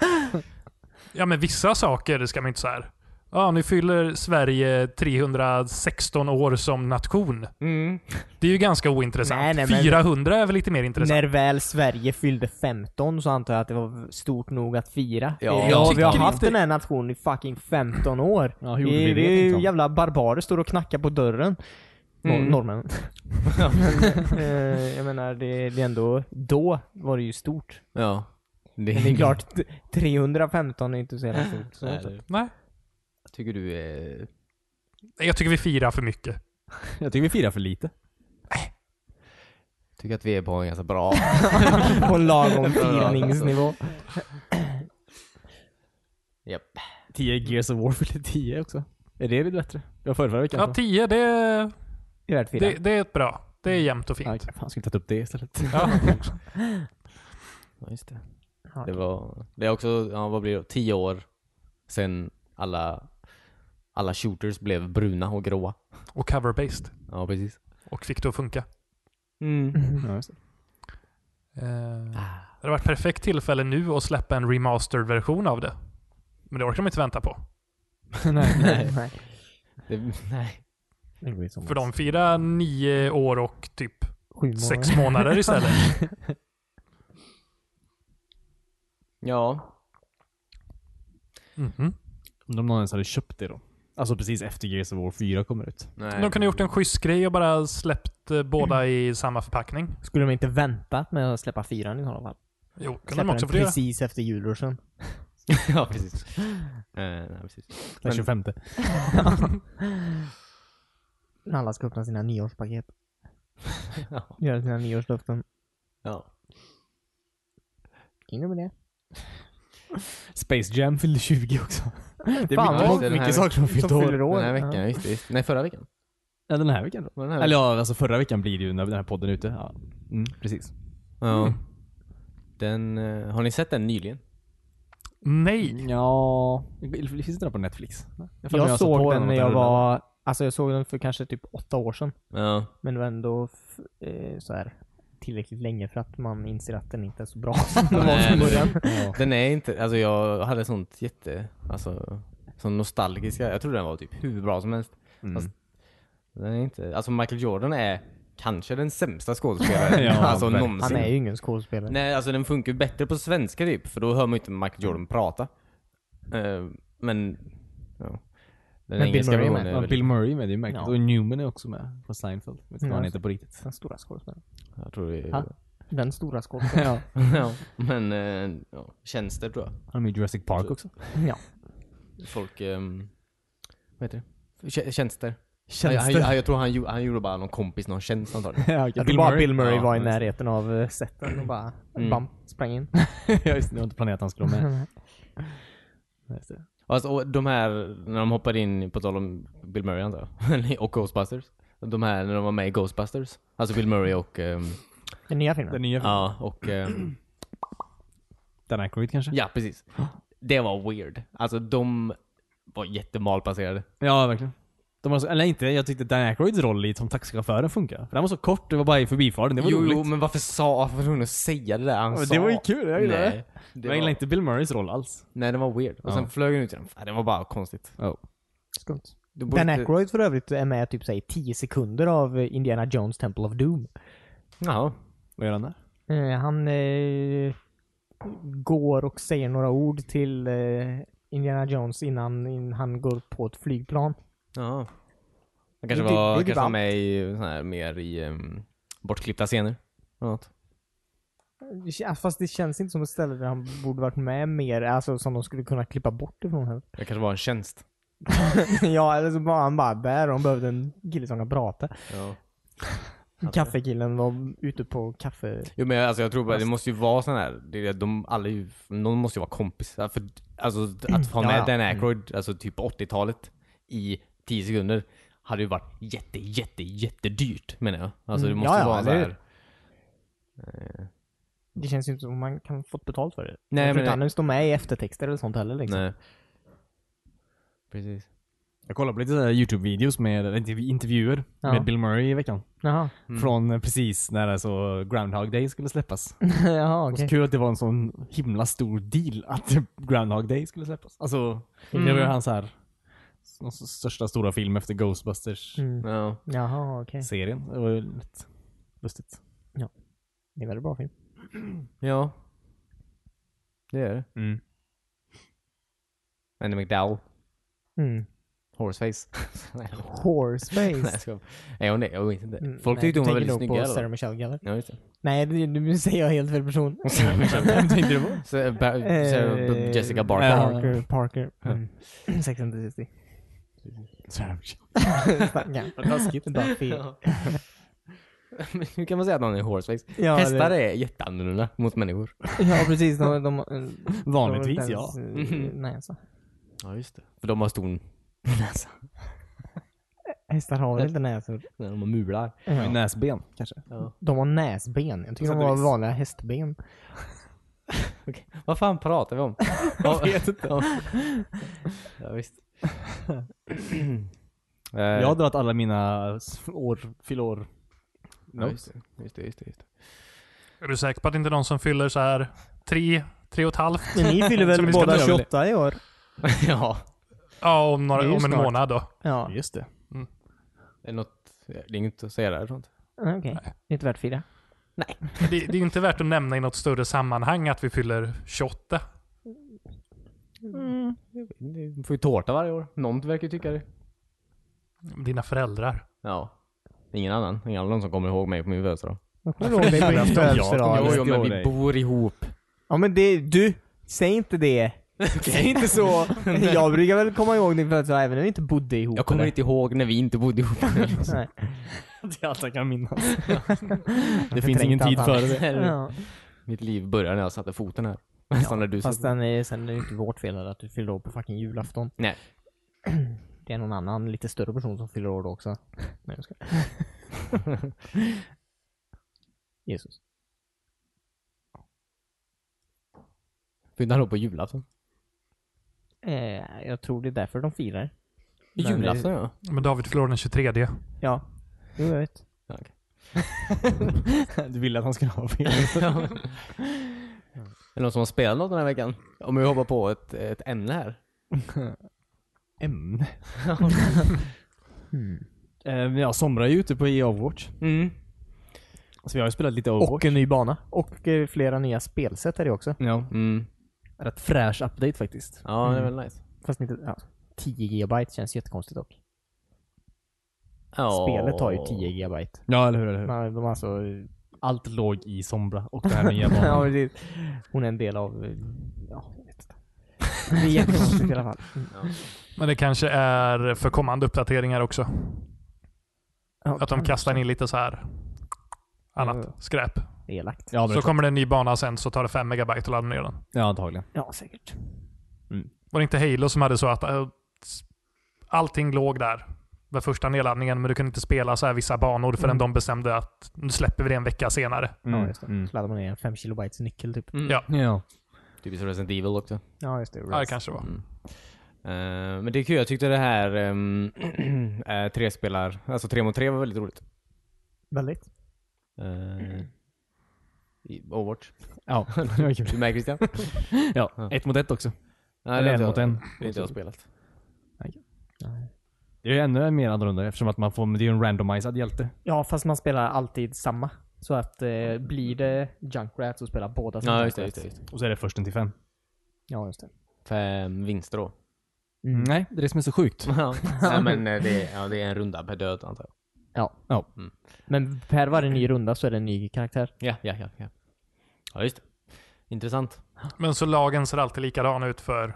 Ja, men vissa saker ska man inte så här. Ja, nu fyller Sverige 316 år som nation. Mm. Det är ju ganska ointressant. Nej, nej, men- 400 är väl lite mer intressant? När väl Sverige fyllde 15 så antar jag att det var stort nog att fira. Ja, Det är- jag vi har tycker haft inte- den här nationen i fucking 15 år. Ja, hur gjorde vi det, det, det är ju liksom? jävla barbarer står och knackar på dörren. Nor- Mm. [LAUGHS] Norrmännen. [LAUGHS] Eh, jag menar, det, det är ändå... Då var det ju stort. Ja. Men det är klart, t- 315 är inte så jävla stort. Så. Nej, det- Nej. [LAUGHS] Tycker du eh, är... Jag tycker vi firar för mycket. Jag tycker vi firar för lite. Tycker att vi är på en ganska bra... [LAUGHS] På [LAUGHS] en lagom firningsnivå. Japp. 10 Gears of War fyller 10 också. Är det lite bättre? Det var förra, förra veckan. Ja, 10 det, Det är värt att fira. det, det är ett bra. Det Mm. är jämnt och Nej, fint. fan, skulle tagit upp det istället. Ja. [LAUGHS] Ja, just det. Ja, Det var... Det är också, ja, vad blir det? Tio år sen alla... Alla shooters blev bruna och gråa. Och cover-based. Ja, precis. Och fick det att funka. [LAUGHS] Ja, just det. Eh, Ah. Det hade varit perfekt tillfälle nu att släppa en remastered-version av det. Men det orkar de inte vänta på. [LAUGHS] nej, nej. Det, [LAUGHS] nej. Det går ju som För de firar nio år och typ Sju månader. sex månader istället. [LAUGHS] Ja. Mhm. Om de någon ens hade köpt det då. Alltså precis efter Gears of War 4 kommer ut. Nej. De kunde ha gjort en schysst grej och bara släppt eh, båda i samma förpackning. Skulle de inte väntat med att släppa fyran i sådana fall? Jo, kunde de Släppa också den få göra. precis efter julruschen. [LAUGHS] ja, precis. Eh, nej, precis. Den Men- 25. När alla ska öppna sina nyårspaket. [LAUGHS] Ja. Göra sina nyårslöften. ja. Hinner med det. Space Jam fyllde 20 också. Det Fan, är vad den här mycket saker som fyllt Som fyller år. år. Den här veckan, Ja. ja. visst, visst. Nej, förra veckan. Ja, den här veckan då. Var den här Eller ja, alltså förra veckan blir det ju när den här podden är ute. Ja. Mm, precis. Ja. Den, eh, har ni sett den nyligen? Nej! Ja, finns inte den på Netflix? Jag, Jag, såg den när jag var... Alltså jag såg den för kanske typ åtta år sedan. Ja. Men det var ändå f- eh, så här tillräckligt länge för att man inser att den inte [LAUGHS] är så bra som den var Nej, från början. Den är inte, alltså jag hade sånt jätte, alltså, sån nostalgiska, jag trodde den var typ hur bra som helst. Mm. Fast den är inte, alltså Michael Jordan är kanske den [LAUGHS] sämsta skådespelaren, Ja, alltså verkligen. Han någonsin. är ju ingen skådespelare. Nej, alltså den funkar ju bättre på svenska typ, för då hör man ju inte Michael Jordan prata. Eh, men, ja. Den Bill engelska Murray är versionen med. är Ja, väl- Bill Murray med, det är ju märkligt. Ja. Och Newman är också med på Seinfeld. Jag vet inte Ja, vad han så- heter på riktigt. Den stora skådespelaren. Jag tror det är... Ha? Den stora skådespelaren. Ja. [LAUGHS] ja, men eh, ja, tjänster tror jag. Han är med i Jurassic Park också. ja. folk... ehm, vad heter det? Tjä- Tjänster. Tjänster. Jag, jag, jag tror han, gjo- han gjorde bara någon kompis någon tjänst antagligen. [LAUGHS] Ja, okej. Jag tror bara Bill Murray Ja, var i just det. närheten av eh, seten och bara Mm. bam, sprang [LAUGHS] in. ja, just det. Det var inte planerat att han skulle vara med. Nej, just det. Alltså, och de här, när de hoppade in, på tal om Bill Murray antar jag, [LAUGHS] och Ghostbusters. De här när de var med i Ghostbusters. Alltså Bill Murray och... ehm, Den nya [LAUGHS] filmen. Den nya filmen. ja, och... ehm, Dan Aykroyd kanske? ja, precis. Det var weird. Alltså de var jättemalplacerade. Ja, verkligen. De var så, eller inte, jag tyckte Dan Aykroyds roll i som taxichauffören funkar. För den var så kort, det var bara i förbifarten. Det var Jo, roligt. jo, men varför sa... Varför var tvungen att säga det där han Ja, sa? det var ju kul, jag gillar Nej, det men jag gillar var, inte Bill Murrays roll alls. nej, den var weird. Och Ja. sen flög den ut igen. Fan, Det var bara konstigt. Skumt. Du borde Dan inte- Aykroyd för övrigt är med typ säg 10 sekunder av eh, Indiana Jones Temple of Doom. Jaha. Vad gör han där? Eh, han eh, går och säger några ord till eh, Indiana Jones innan in, han går på ett flygplan. Ja. Han kanske Det är typ- var, det är typ kanske var allt. med i eh, sån här, mer i ehm, bortklippta scener. Eller något. Det kän- Fast det känns inte som ett ställe där han borde varit med mer, alltså som de skulle kunna klippa bort ifrån här. Det kanske var en tjänst. [LAUGHS] ja, eller så var han bara där och de behövde en kille som kan prata. Ja. Kaffekillen var ute på kaffe... Jo men jag- alltså, jag tror bara det måste ju vara sån här, det, är- de alla är ju, någon måste ju vara kompisar. För, alltså att ha Ja, med ja. Dan Aykroyd, alltså typ på 80-talet, i 10 sekunder. Hade ju varit jätte, jätte, jättedyrt menar jag. Alltså det Mm, måste ja, ja, vara så eller här. hur? Det känns ju inte som man kan fått betalt för det. Nej, men jag tror inte det- han står med i eftertexter eller sånt heller liksom. Nej. Precis. Jag kollade på lite sådana här YouTube-videos med eller intervju- intervjuer Ja. med Bill Murray i veckan. Jaha. [LAUGHS] Från eh, precis när alltså Groundhog Day skulle släppas. Jaha, Och så okej. kul att det var en sån himla stor deal att [LAUGHS] Groundhog Day skulle släppas. Alltså, Mm. Mm. det var ju hans här s- största stora film efter Ghostbusters-serien. Mm. Ja. Jaha, okej. Det var ju lite lustigt. Det var en bra film. ja. Det är det. Mm. Andy McDowell. Mm. Horseface. [LAUGHS] Nej, Nej, Horseface. jag skojar. [LAUGHS] Nej, hon är, jag vet inte. Mm, Folk nej, tyckte hon du var väldigt tänker nog snygg. på Sarah Michelle Gellar. Ja, [LAUGHS] just det. Nej, det- nu säger jag helt fel person. Vem tänkte du på? Så, ba, Sarah, Eh, Jessica ja. Barker. Parker. Parker. Mm. [CLEARS THROAT] Sex and the City. Stackarn. Buffy. Men [LAUGHS] Hur kan man säga att någon är horseface? Ja, Hästar det- är jätteannorlunda mot människor. Ja, precis. De, de, de, Vanligtvis, de- ja. eh, Nej, alltså. Ja, just det. För de har stor näsa. Hästar har väl inte näsor? När de har mular. Ja. Näsben, kanske. Eh. De har näsben. Jag tycker de har vanliga hästben. Okej. Vad fan pratar vi om? [LAUGHS] jag vet inte. [LAUGHS] ja, visst. [CLEARS THROAT] Eh, Jag har dragit alla mina s- år, fyllår. ja, [LAUGHS] just det. Just det, just det, just det. Är du säker på att inte någon som fyller så här tre, tre och ett halvt? Men [LAUGHS] ni fyller Som väl vi ska båda dra. 28 i år? [LAUGHS] ja. Ja, om, Det är ju några, om en snart. månad då. Ja. Just det. Det är något, det är inget att säga där tror jag inte. Okej. Det är inte värt att fira. Det, det är ju inte värt att nämna i något större sammanhang att vi fyller 28. Du får ju tårta varje år. Någon verkar ju tycka det. Dina föräldrar. Ja. Ingen annan. Ingen annan som kommer ihåg mig på min födelsedag. Jag [LAUGHS] kommer ihåg dig på din Ja, Jo, födelsedag. jo, det men var vi dig. bor ihop. Ja men det, du, säg [LAUGHS] inte det. Säg inte så. Jag brukar väl komma ihåg din födelsedag även när vi inte bodde ihop. Jag kommer eller? inte ihåg när vi inte bodde ihop. Nej. [LAUGHS] Det är allt jag kan [LAUGHS] minnas. Det Förträngt finns ingen tid allt för annat. det. [LAUGHS] Ja. Mitt liv började när jag satte foten här. [LAUGHS] Nästan när du Fast satte... sen är, sen är det ju inte vårt fel att du fyller år på fucking julafton. Nej. Det är någon annan lite större person som fyller år då också. [LAUGHS] Nej jag skojar. Jesus. Fyllde han då på julafton? Eh, jag tror det är därför de firar. Men- Julafton ja. Men David fyller år den 23. Ja. Jo jag vet. ja okej. Du ville att han skulle ha fel. Är det någon som har spelat något den här veckan? Om vi hoppar på ett, ett ämne här. Ämne. Eh, Jag somrar ju ute på EA Overwatch. Mm. Så vi har ju spelat lite E Och Overwatch. en ny bana. Och eh, flera nya spelsätt är det också. Ja. Mm. Rätt fräsch update faktiskt. Ja, det är väl nice. Fast inte, ja. 10 gigabyte känns jättekonstigt dock. Ja. Spelet tar ju 10 gigabyte. Ja, eller hur? Eller hur? Nej, de har alltså... Allt låg i Sombra och den här [LAUGHS] nya ja, banan. precis. Hon är en del av... eh, Ja, jag vet inte. Det är jättekonstigt i alla fall. Men det kanske är för kommande uppdateringar också. Ja, Att de kastar in lite så här annat skräp. Elakt. Ja, men Så kommer det en ny bana sen så tar det 5 megabyte att ladda ner den. ja antagligen. Ja, säkert. Var det inte Halo som hade så att eh, s- allting låg där vid första nedladdningen men du kunde inte spela så här vissa banor förrän de bestämde att nu släpper vi det en vecka senare. Ja, just det. Så laddar man ner en 5 kilobytes nyckel typ. Mm. Ja. Ja. Typiskt Resident Evil också. Ja, just det. Ja, det kanske det var. Eh, men det är kul. Jag tyckte det här [CLEARS THROAT] um, uh, tre spelar, alltså tre mot tre var väldigt roligt. Väldigt. Uh, i Overwatch. Ja, det var kul. Du med [LAUGHS] Christian? Ja, ett mot ett också. Nej, Eller har en inte mot jag- en. Det har inte jag spelat. Det är ju ännu mer annorlunda eftersom att man får, det är ju en randomized hjälte. Ja, fast man spelar alltid samma. Så att eh, blir det Junkrat så spelar båda som Ja, just Junkrat. det, just det, just det. Och så är det försten till fem. Ja, just det. Fem vinster [LAUGHS] då. Mm. Nej, det är det som är så sjukt. Ja. Nej, men eh, det är, ja, det är en runda per död antar jag. Ja. Ja. Men per varje ny runda så är det en ny karaktär. Ja, ja, ja. Ja, ja just det. Intressant. Men så lagen ser alltid likadan ut för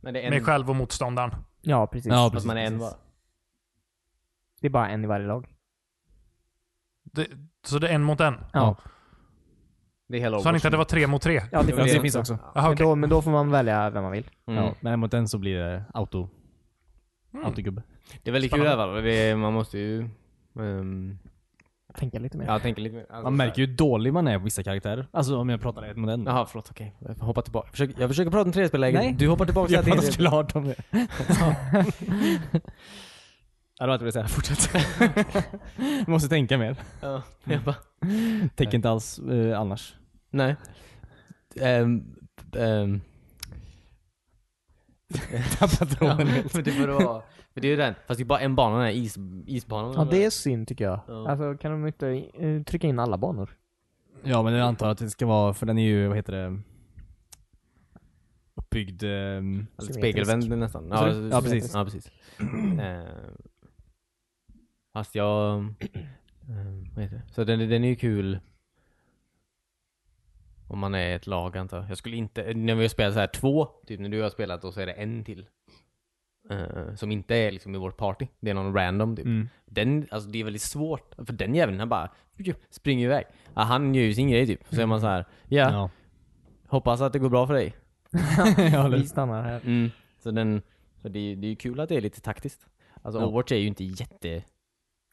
Men det är mig en, själv och motståndaren. Ja, precis. Ja, att man är en precis. bara. Det är bara en i varje lag. Det, så det är en mot en. Ja. Det är hela Sa ni inte att det var tre mot tre? Ja, Alltså, det, Jo, det finns, finns också. Jaha, Men, okej. då, men då får man välja vem man vill. Mm. Ja, men en mot en så blir det auto. Autogubbe. Det är väldigt kul i alla fall. Det är- Man måste ju ehm, tänka lite mer. Jag tänker lite mer. Alltså, Man märker ju hur dålig man är på vissa karaktärer. Alltså om jag pratar rätt med den. Jaha, förlåt. Okej. Jag Hoppa tillbaka. Jag försöker, jag försöker prata om tredjeläge. Nej. Du hoppar tillbaka Jag till pratar det. klart om det. Ja, det var allt jag ville säga. Fortsätt. [LAUGHS] Jag måste tänka mer. Ja, jag bara, Tänker inte alls eh, annars. nej. Ehm, ehm. Tappar Ja, tråden helt. [LAUGHS] men det får det vara. Men det är ju den. Fast det är bara en bana, den här is, isbanan. Ja, det är synd tycker jag. Ja. Alltså kan de inte eh, trycka in alla banor? Ja, men jag antar att det ska vara, för den är ju, vad heter det? Uppbyggd... ehm, Lite Symmetrisk. spegelvänd nästan. Vad sa du? Ja, precis. symmetrisk. Ja, precis. Eh, fast jag... eh, vad heter det? Så den, den är ju kul om man är ett lag antar jag. Jag skulle inte... När vi har spelat så här två, typ när du har spelat, och så är det en till. eh, som inte är liksom i vårt party. Det är någon random typ. Mm. Den, alltså det är väldigt svårt. För den jäveln han bara ju, springer iväg. Ja, han gör ju sin grej typ. Så är man så här, ja, Ja. hoppas att det går bra för dig. ja, eller- Vi stannar här. Mm. Så, den, så det, är- det är ju kul att det är lite taktiskt. Alltså Ja. Overwatch är ju inte jätte...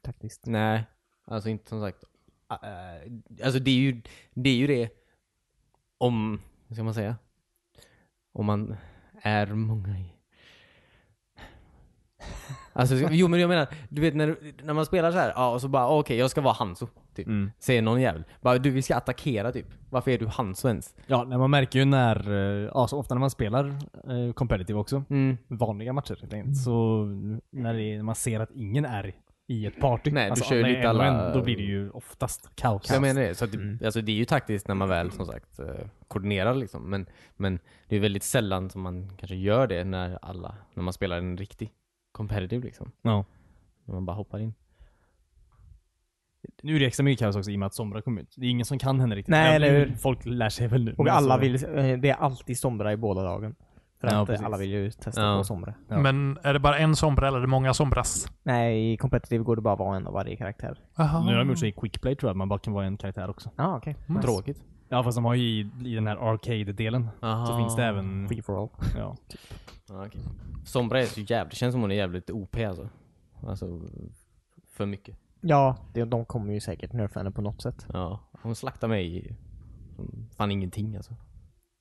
Taktiskt. Nej. Alltså inte som sagt... Ä- äh, alltså det är ju det, är ju det om... Hur ska man säga? Om man är många i... Alltså, jo men jag menar, du vet när, du- när man spelar så här, ja, och så bara okej jag ska vara Hanso. Typ. Mm. Säger någon jävel. Bara du vi ska attackera typ. Varför är du Hanso ens? ja, nej, man märker ju när, eh, ja, så ofta när man spelar eh, competitive också, Mm. vanliga matcher helt enkelt. Så när det, är- man ser att ingen är i ett party, Nej, du kör ju är lite en och alla- en, då blir det ju oftast kaos. Så jag menar det. Så att det, alltså det är ju taktiskt när man väl som sagt eh, koordinerar liksom. Men, men det är väldigt sällan som man kanske gör det när alla, när man spelar en riktig competitive liksom. Ja. När man bara hoppar in. Nu är det extra mycket kaos också i och med att Sombra kom ut. Det är ingen som kan henne riktigt. Även Nej, eller hur? Folk lär sig väl nu. Och men alla alltså- vill, eh, det är alltid sombra i båda lagen. För Ja, att eh, precis. alla vill ju testa Ja. på sombra. Ja. Men är det bara en sombra eller är det många sombras? Nej, i competitive går det bara vara en av varje karaktär. Jaha. Nu har de gjort så i quickplay tror jag, att man bara kan vara en karaktär också. Ja, ah, okej. Tråkigt. Ja fast de har ju i, i den här arcade-delen så Aha. finns det även... Free for all. Ja. Ja, okej. Sombra är så jävligt, det känns som hon är jävligt OP alltså. Alltså, för mycket. Ja, det, de kommer ju säkert nerfa henne på något sätt. Ja. Hon slaktar mig i- fan ingenting alltså.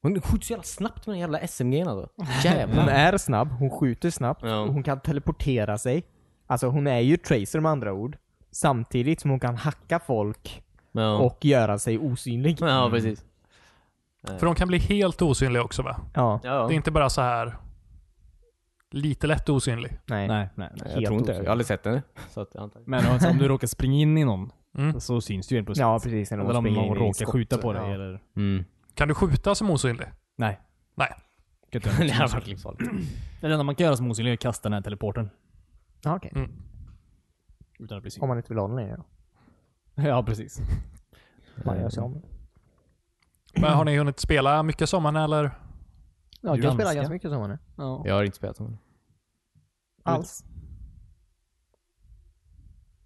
Hon skjuter så jävla snabbt med den jävla SMG'n alltså. Hon Jävlar. är snabb, hon skjuter snabbt, Ja. och hon kan teleportera sig. Alltså hon är ju tracer med andra ord. Samtidigt som hon kan hacka folk Ja. och göra sig osynlig. ja, precis. För de kan bli helt osynliga också va? Ja, Ja. Det är inte bara så här lite lätt osynlig. nej. Nej, nej, nej. Jag Helt tror inte det. Jag osynlig. har aldrig sett henne. Så att jag antar. Men alltså, om du råkar springa in i någon Mm. så syns du ju helt plötsligt. Ja, precis. Eller Eller om springer någon in i råkar skott. skjuta på dig Ja. eller... Mm. [LAUGHS] Kan du skjuta som osynlig? Nej. Nej. [LAUGHS] Kan inte göra det något. hade varit livsfarligt. Det enda man kan göra som osynlig är att kasta den här teleporten. Ja, Typ. okej. Utan att bli Om synlig. man inte vill ha den längre då. Ja precis. Man gör sig om. Men har ni hunnit spela mycket sommaren eller? Ja, Du jag spelar älskar. ganska mycket som henne. Ja. Jag har inte spelat som henne. Alls.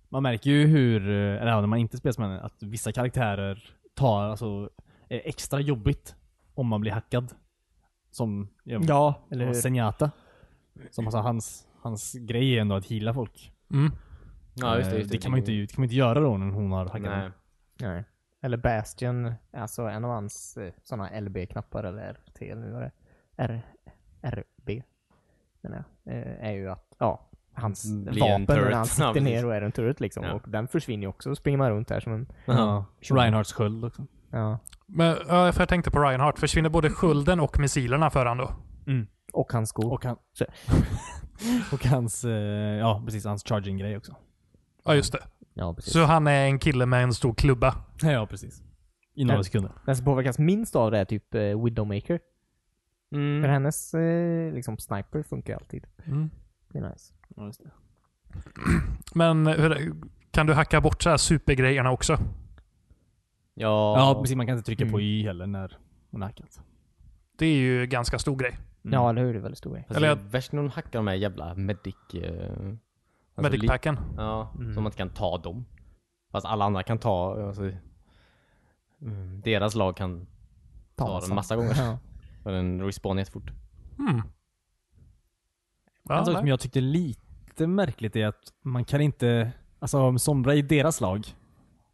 Man märker ju hur, eh, eller ja, när man inte spelar som henne, att vissa karaktärer tar, alltså, är extra jobbigt om man blir hackad. Som, Ja, eller Eller hur? Senjata. Som alltså hans, hans grej är ändå att heala folk. Mm. Ja, just det. Eh, Just det. kan man ju inte, det kan man inte göra då när hon har hackat Nej. Nej. Nej. Eller Bastion, alltså en av hans sådana LB-knappar eller RT eller vad det är. R, RB. Menar jag. Eh, är ju att, ja, hans Mm, Blir en vapen när turret. [LAUGHS] han Ja, sitter precis. ner och är en turret liksom. Ja. Och den försvinner ju också, så springer man runt här som en, Ja. Reinhards sköld också. ja. Men, ja, för jag tänkte på Reinhardt. Försvinner både skölden och missilerna för han då? Och hans sko. Och, han, Så- [LAUGHS] och hans, eh, ja precis, hans charging-grej också. Ja, just det. ja, precis. Så han är en kille med en stor klubba. Ja, precis. I några Ja. sekunder. Den som påverkas minst av det är typ eh, Widowmaker. För Mm. hennes eh, liksom sniper funkar ju alltid. Mm. Det är nice. Ja, just det. Men hur, kan du hacka bort så här supergrejerna också? Ja. ja precis. Man kan inte trycka på Y heller när hon har hackat. Det är ju en ganska stor grej. Mm. Ja, eller hur? Det är väldigt stor grej. Fast Eller det är att- Värst när hon hackar de här jävla medic... eh, alltså li- Medicpacken. Ja, Mm. så man inte kan ta dem. Fast alla andra kan ta... Alltså, mm, deras lag kan ta, den massa gånger. alltså. Ja. För den respawnar jättefort. Mm. Ja, en sak nej. som jag tyckte lite märkligt är att man kan inte, alltså om Sombra i deras lag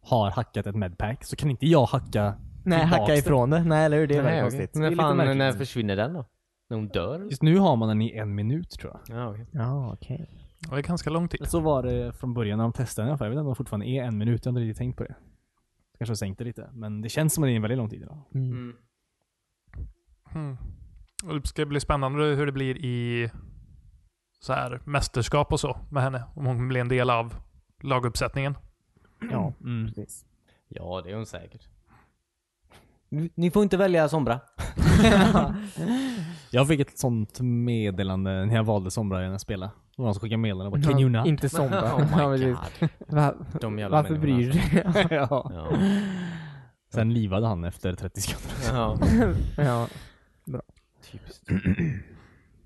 har hackat ett medpack så kan inte jag hacka Nej, tillbaks hacka det. ifrån det. Nej, eller hur? Det är väldigt konstigt. När Det är fan, lite märkligt. när försvinner den då? När hon dör? Just nu har man den i en minut tror jag. Ja, okej. Ja, okej. Det är ganska lång tid. Så var det från början när de testade den. i alla fall. Jag vet inte om de fortfarande är en minut. Jag har inte riktigt tänkt på det. Kanske har sänkt det lite. Men det känns som att det är en väldigt lång tid idag. Mm. Mm. Och det ska bli spännande hur det blir i så här mästerskap och så med henne. Om hon blir en del av laguppsättningen. Ja, Mm. precis. ja, det är hon säkert. Ni- Ni får inte välja Sombra. Jag fick ett sånt meddelande när jag valde Sombra när jag spelade. Det var någon som skickade meddelande. Bara, Can Ja, you not? Inte [LAUGHS] sombra. [LAUGHS] Oh my precis. god. Va, De jävla alltså. varför människorna. bryr du dig? [LAUGHS] ja. Ja. Sen livade han efter 30 sekunder. ja. ja. [CLEARS THROAT] Typiskt.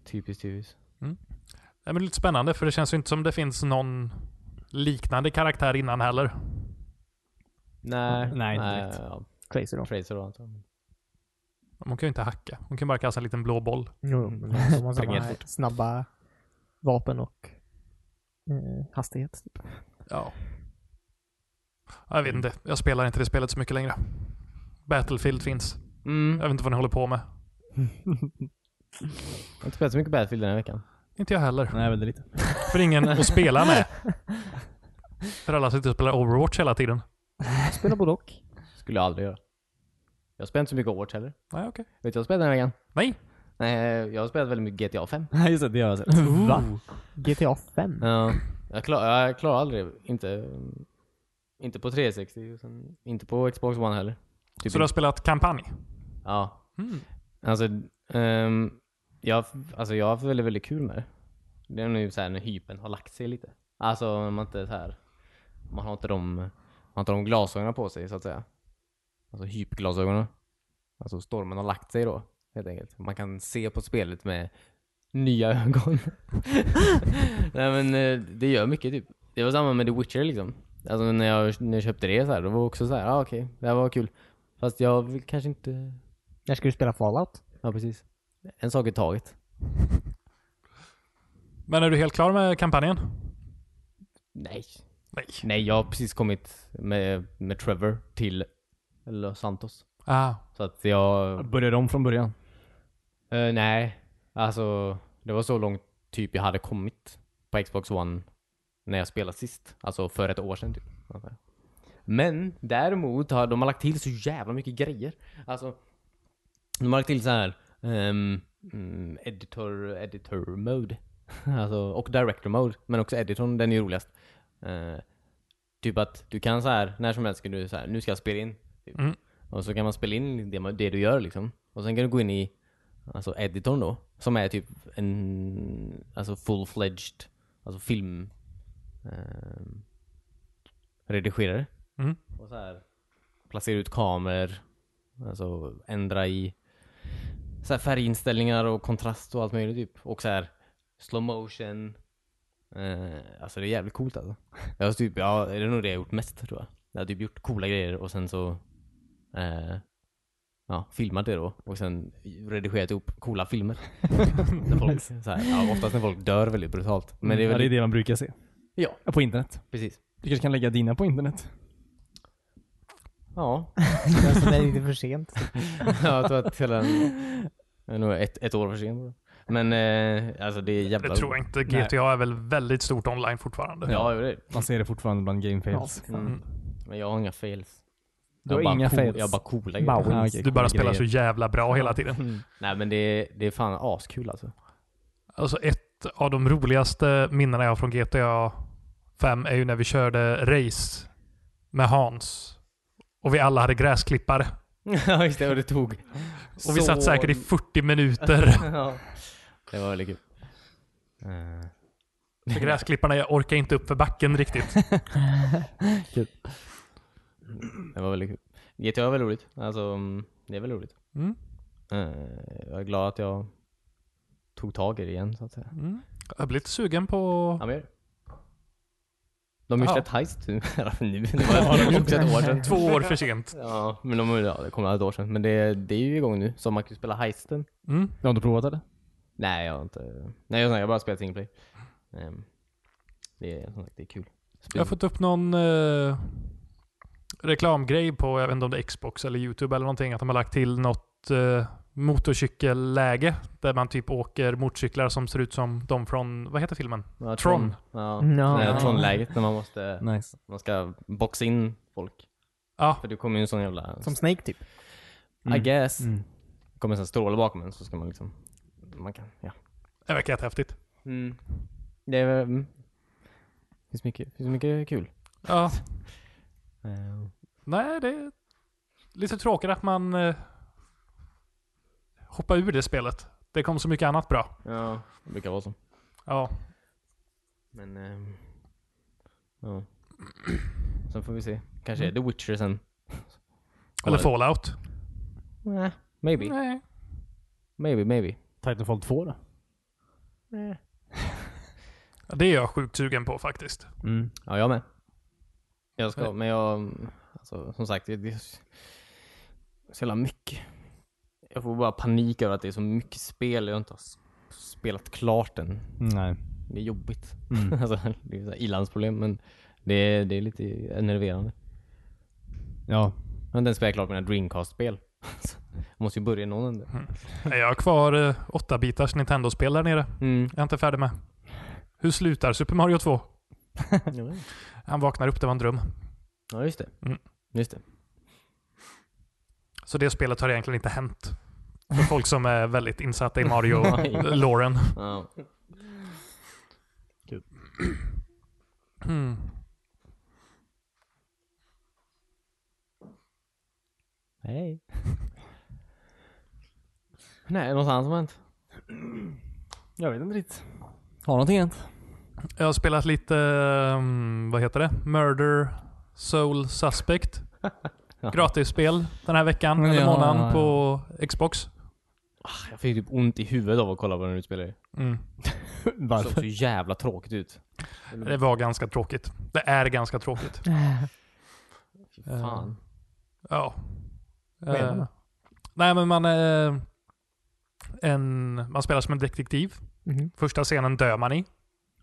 typiskt, typiskt. Nej, men Det är lite spännande för det känns ju inte som det finns någon liknande karaktär innan heller. Nej. Nej, inte direkt. ja. Crazy då. Fraser då antar jag. Hon kan ju inte hacka. Hon kan bara kasta en liten blå boll. Jo, men de har Mm. Springer samma fort. snabba vapen och eh, hastighet. Typ. Ja. Jag vet inte. Jag spelar inte det spelet så mycket längre. Battlefield finns. Jag Mm. vet inte vad ni håller på med. Jag har inte spelat så mycket Battlefield den här veckan. Inte jag heller. Nej, väldigt lite. För ingen att spela med. För alla sitter och spelar Overwatch hela tiden. Spela [LAUGHS] både och. Skulle jag aldrig göra. Jag spelar inte så mycket Overwatch heller. Nej, okej. Vet du vad jag spelar den här veckan? Nej. Nej, jag har spelat väldigt mycket GTA [CLEARS THROAT] 5. [LAUGHS] Nej, just det. Det gör jag sen. Va? GTA 5. Ja. Jag, klar, jag klarar aldrig, inte, inte på 360 och sen inte på Xbox One heller. Typ Så du har spelat kampanj? Ja. Mm. Alltså, ehm, jag, alltså jag har haft väldigt, väldigt kul med det. Det är nu såhär när hypen har lagt sig lite. Alltså när man inte är så här. man har inte de, man har inte de glasögonen på sig så att säga. Alltså hypglasögonen. Alltså stormen har lagt sig då, helt enkelt. Man kan se på spelet med nya ögon. [LAUGHS] Nej men eh, det gör mycket typ. Det var samma med The Witcher liksom. Alltså när jag, när jag köpte det så här, då var det också så här, ah, okej, det här var kul. Fast jag vill kanske inte När ska du spela Fallout? Ja, precis. En sak i taget. Men är du helt klar med kampanjen? Nej. Nej. Nej, jag har precis kommit med, med Trevor till Los Santos. Ah, Så att jag... Börjar om från början. eh, nej. Alltså, det var så långt typ jag hade kommit på Xbox One när jag spelade sist. Alltså för ett år sedan typ. Men däremot har de har lagt till så jävla mycket grejer. Alltså, de har lagt till så här ehm, mm, editor, editor mode. [LAUGHS] alltså, och director mode. Men också editorn, den är ju roligast. Eh, typ att du kan så här när som helst kan du så här, nu ska jag spela in. Typ. Mm. Och så kan man spela in det, man- det du gör liksom. Och sen kan du gå in i alltså editorn då. Som är typ en alltså full-fledged alltså film ehm, redigerare. Mm. Och så här placera ut kameror. Alltså ändra i så här färginställningar och kontrast och allt möjligt typ. Och så här slow motion. Eh, alltså det är jävligt coolt alltså. [LAUGHS] Jag har typ, ja, det är nog det jag gjort mest tror jag. Jag har typ gjort coola grejer och sen så eh, ja, filmat det då och sen redigerat ihop coola filmer. [LAUGHS] när folk, så här, ja, oftast när folk dör väldigt brutalt. Men det är Mm, ja, det väl... är det man brukar se. Ja, På internet. precis. Du kanske kan lägga dina på internet? Ja, Alltså, det är lite [LAUGHS] för sent. jag tror att hela... Jag är nog ett, ett år för sent. Men eh, alltså det är jävla... det tror jag inte. Nej. GTA är väl väldigt stort online fortfarande. Ja, jo, det är det. Man ser det fortfarande bland game fails. Mm. Men jag har inga fails. Du Jag har bara inga cool, fails. Jag har bara coola Bara grejer. wins. Ah, okej, Du bara coola spelar så grejer. jävla bra hela tiden. [LAUGHS] Nej men det är, det är fan askul alltså. [LAUGHS] Alltså ett av de roligaste minnena jag har från GTA 5 är ju när vi körde race med Hans. Och vi alla hade gräsklippare. Ja just det, och det tog Och vi satt säkert i 40 minuter. [LAUGHS] ja. Det var väldigt kul. Eh, För gräsklipparna, jag orkar inte upp för backen riktigt. Det var väldigt kul. GTA är väldigt roligt. Alltså, mm, det är väldigt roligt. Mm. Eh, Jag är glad att jag tog tag i det igen så att säga. Mm. Jag blir lite sugen på... Ja men gör det. De har ju Ja. släppt Heist nu. [LAUGHS] nu. Det var också ett år sedan. Två år för sent. Ja, men de, ja, det kom ett år sedan. Men det, det är ju igång nu. Så man kan ju spela Heisten. Mm. Har du provat eller? Nej, jag har inte. Nej, jag har jag har bara spelat single play. Ehm, Det är som sagt, det är kul. Jag har fått upp någon eh, reklamgrej på, jag vet inte om det är Xbox eller YouTube eller någonting, att de har lagt till något eh, motorcykelläge där man typ åker motorcyklar som ser ut som de från, vad heter filmen? Ja, Tron. Ja, No. no. Tron-läget när man måste, Nice. man ska boxa in folk. Ja, För det kommer ju en sån jävla, Som Snake typ. I guess, Mm. kommer en stråle bakom en så ska man liksom, man kan, ja. det verkar jättehäftigt. Mm. Det är, mm. finns mycket, finns mycket kul. Ja, Eh, nej det är lite tråkigt att man eh, hoppar ur det spelet. Det kom så mycket annat bra. Ja, det brukar vara så. Ja, Men, ehm, ja. Sen får vi se. Kanske är The Witcher sen. eller Fallout. Nej, maybe. Nej. Maybe, maybe. Titanfall 2 då? Ja, Det är jag sjukt sugen på faktiskt. Mm. Ja, jag med. Jag ska, Nej. men jag, alltså, som sagt, det det är så så jävla mycket. Jag får bara panik över att det är så mycket spel jag inte har s- spelat klart än. Nej. Det är jobbigt. Mm. [LAUGHS] alltså, det är så här ilandsproblem, men det är, det är lite enerverande. Ja. Jag har inte ens spelat klart mina Dreamcast-spel. [LAUGHS] jag måste ju börja någon ände. Nej, Jag har kvar eh, 8-bitars Nintendo-spel där nere. Mm. Jag är inte färdig med. Hur slutar Super Mario 2? Han vaknar upp, det var en dröm. Ja, just det. Mm. Just det. Så det spelet har egentligen inte hänt. För folk som är väldigt insatta i Nej. Mario-loren. Ja. Mm. Hej. Nej, något annat som har hänt? Jag vet inte riktigt. Har någonting hänt? Jag har spelat lite, ehm, vad heter det? Murder Soul Suspect. Gratisspel den här veckan, Ja, eller månaden, ja, ja. på Xbox. Ah, Jag fick typ ont i huvudet av att kolla på den utspelare. Mm. Det såg så jävla tråkigt ut. Det var ganska tråkigt. Det är ganska tråkigt. Fy Fan. Ja. menar Eh, du? nej, men man är en, man spelar som en detektiv. Mhm. Första scenen dör man i.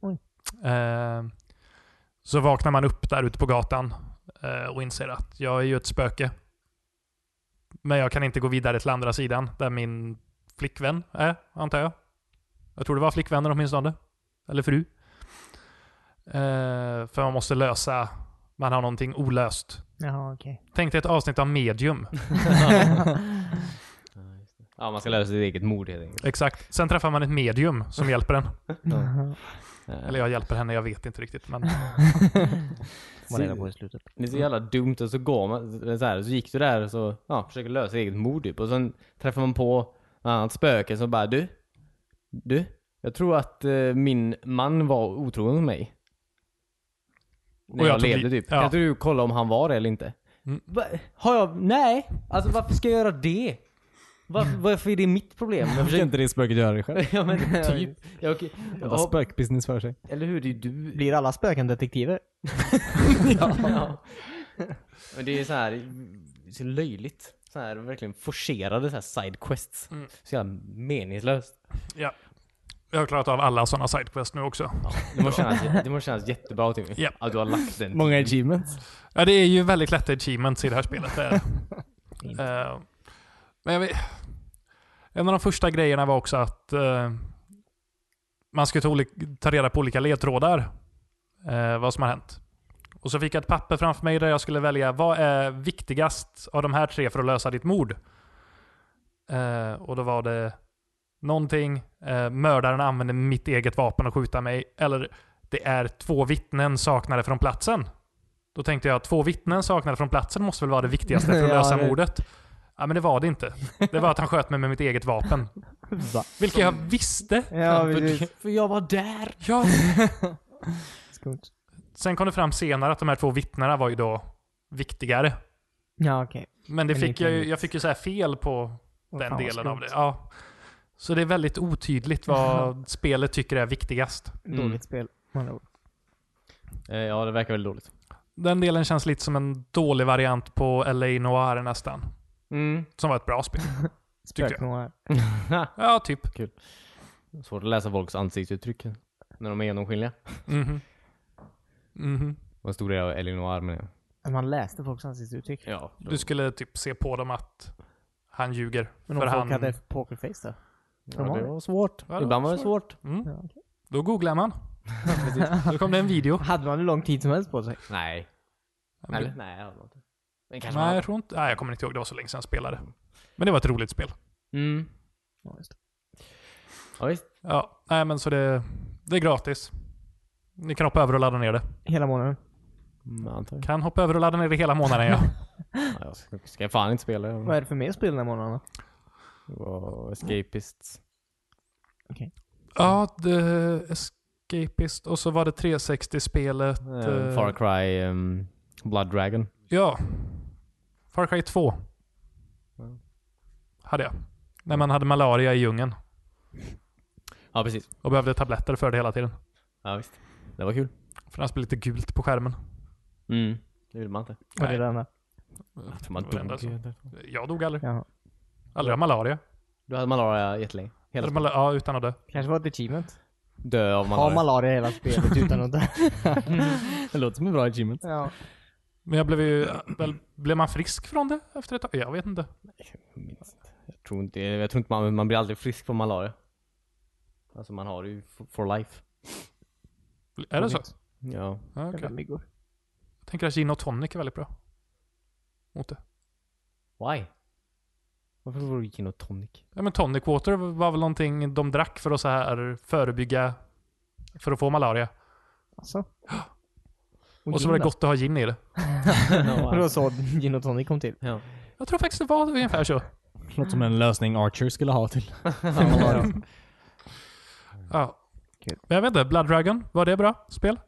Oj. Eh, så vaknar man upp där ute på gatan eh, och inser att jag är ju ett spöke. Men jag kan inte gå vidare till andra sidan där min flickvän är, antar jag. Jag tror det var flickvänner åtminstone. Eller fru. Eh, för man måste lösa, man har någonting olöst. Jaha, okej. Tänk dig ett avsnitt av medium. Ja, man ska lösa sitt eget mord helt enkelt. Exakt. Sen träffar man ett medium som hjälper en. Eh, Eller jag hjälper henne, jag vet inte riktigt. Men Vad reda på i slutet. Det är Mm. så jävla dumt och så går man så, här, så gick du där och så ja, försöker lösa sitt eget mord typ. Och sen träffar man på ett annat spöke som bara du. Du. Jag tror att eh, min man var otrogen med mig. När Och jag jag, tog levde li- typ. ja. Kan inte du kolla om han var det eller inte? Mm. Va? Har jag? Nej! Alltså varför ska jag göra det? Varför, varför är det mitt problem? Jag Kan [LAUGHS] försöker... inte det spöket göra [LAUGHS] det själv? [LAUGHS] ja men typ. Jag, jag, Jävla spökbusiness för sig. eller hur? Det är ju du Blir alla spöken detektiver? [LAUGHS] ja. Men det är så här det är så löjligt. Så här verkligen forcerade så här side quests. Mm. Så jävla meningslöst. jag har klarat av alla sådana sidequests nu också. Det måste kännas, det måste kännas jättebra Timmy. Ja. Att du har lagt den. Många achievements. Ja, det är ju väldigt lätta achievements i det här spelet. Det är. det. Eh, men jag vet, en av de första grejerna var också att eh, man skulle ta, olik- ta reda på olika ledtrådar. eh, vad som har hänt. Och så fick jag ett papper framför mig där jag skulle välja vad är viktigast av de här tre för att lösa ditt mord. Eh, och då var det någonting, eh, mördaren använde mitt eget vapen och skjuta mig. Eller det är två vittnen saknade från platsen. Då tänkte jag att två vittnen saknade från platsen måste väl vara det viktigaste för att [LAUGHS] Ja, lösa det- mordet. Ja men det var det inte. Det var att han sköt mig med mitt eget [LAUGHS] vapen. Va? Vilket jag visste. Ja, för, precis. för jag var där. Ja. Skumt. Sen kom det fram senare att de här två vittnena var ju då viktigare. Ja, okej. Men det Men fick det jag, kan ju, ju- jag fick ju så här fel på Åh, den fan, vad delen av det. skumt. Ja. Så det är väldigt otydligt [LAUGHS] vad spelet tycker är viktigast. Mm. Dåligt spel, med andra ord. Eh, Ja, det verkar väldigt dåligt. Den delen känns lite som en dålig variant på LA Noir nästan. Mm. Som var ett bra spel. jag. Spöknoir. Ja, typ. Svårt att läsa folks ansiktsuttryck när de är genomskinliga. Mhm. Mhm. Vad stor del av Elinor men Man läste folks ansiktsuttryck. Ja, Du skulle typ se på dem att han ljuger. Men för om folk han... hade pokerface då? de ja, har det det. var svårt. Ja, det Ibland var var det svårt. Mm. Ja, okej. Då googlar man. [LAUGHS] Då kom det en video. Hade man hur lång tid som helst på sig? Nej. Eller? Nej, jag har inte. Men kanske Nej, man jag tror inte. Nej, jag kommer inte ihåg. Det var så länge sedan jag spelade. Men det var ett roligt spel. Mm. Ja, just det. Ja, visst. Ja, nej men så det, det är gratis. Ni kan hoppa över och ladda ner det. Hela månaden. Mm, antar jag. Kan hoppa över och ladda ner det hela [LAUGHS] månaden ja. Ja, jag ska, ska fan inte spela. Vad Jag är det för mer spel den här månaden då? var escapist. ja, The Escapist och så var det 360-spelet. Eh, Far Cry ehm, Blood Dragon. Ja. Far Cry 2. Mm. Hade jag. När man hade malaria i djungeln Ja, precis. och behövde tabletter för det hela tiden. Ja, visst. Det var kul. För annars blir det lite gult på skärmen. Mm. Det vill man inte. Vad Nej. är det denna? För Man Det var det enda dog ju. Jag dog aldrig. Jaha. Aldrig av malaria. Då hade malaria jättelänge. Hela Eller mala- ja, utan att dö. Kanske var ett achievement? dö av Ha malaria. malaria hela spelet utan att dö. Det låter som en bra achievement. Ja. Men jag blev ju... Väl, blev man frisk från det efter ett tag? Jag vet inte. Minst. Jag tror inte, jag tror inte man, man blir aldrig frisk från malaria. Alltså man har det ju f- for life. Är det så? Ja. Ja, okej. Jävla myggor. Jag tänker att gin och tonic är väldigt bra. Mot det. Why? Varför var det gin och tonic? [LAUGHS] Ja, men tonic water var väl någonting de drack för att så här förebygga... För att få malaria. Alltså. Och så var det gin gott att ha gin i det. då? Och det var så [LAUGHS] gin alltså, och tonic kom till. ja. Jag tror faktiskt det var ungefär så. Låter som en lösning Archer skulle ha [LAUGHS] till. Ja. Kul. Men jag vet inte, Blood Dragon, var det bra spel?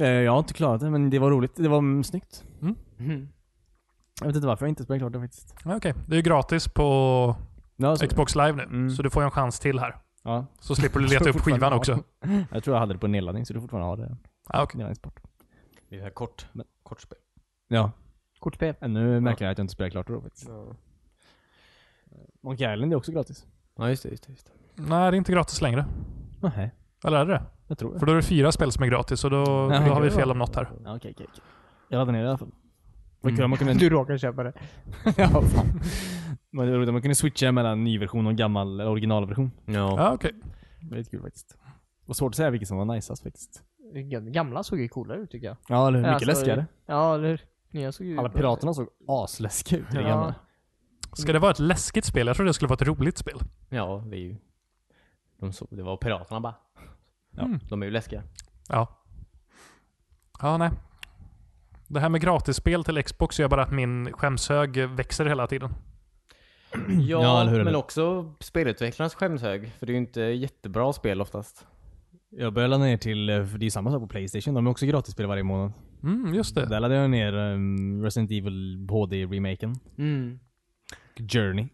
Eh, Jag har inte klarat det, men det var roligt. Det var mm, snyggt. Mm. Jag vet inte varför jag inte spelade klart det faktiskt. Ja, Okej, det är ju gratis på Ja, så- Xbox Live nu, Mm. så du får ju en chans till här. ja, Så slipper du leta tror upp skivan fortfarande också. jag tror jag hade det på nedladdning, så du fortfarande har det. Ja, okej. Nedladdningsbart. Det är kort, Men- kort spel. Ja. Kortspel. Ännu märkligare att jag inte spelar klart det då faktiskt. Ja. Monkey Island är också gratis. just det, just det. Just det. Nej, det är inte gratis längre. Nej, Eller är det jag tror För det. då är det fyra spel som är gratis och då, men då har vi gud, fel om något här. Ja, okej, okej, okej. Jag laddade ner det i alla fall. Vad kul om man kunde... Du råkar köpa det. [LAUGHS] ja, fan. Men det var roligt om man kunde switcha mellan nyversion och gammal, eller originalversion. Ja. Ja, okej. Väldigt kul faktiskt. Och svårt att säga vilket som var najsast faktiskt. Gamla såg ju coolare ut tycker jag. Ja, eller hur? Ja, Mycket alltså, läskigare. Ja, eller hur? Nya såg ju Alla piraterna såg asläskiga ut i det Ja. gamla. Ska det vara ett läskigt spel? Jag trodde det skulle vara ett roligt spel. ja, det är ju... De så, det var piraterna bara. Ja, Mm. De är ju läskiga. Ja. Ja, nej. Det här med gratisspel till Xbox gör bara att min skämshög växer hela tiden. Ja, eller hur, men eller? också spelutvecklarnas skämshög. För det är ju inte jättebra spel oftast. [CLEARS THROAT] Jag började ladda ner till, eh, för det är ju samma sak på Playstation, de är också gratisspel varje månad. Mm, just det. Där laddade jag ner ehm, Resident Evil HD-remaken. Mm. Journey.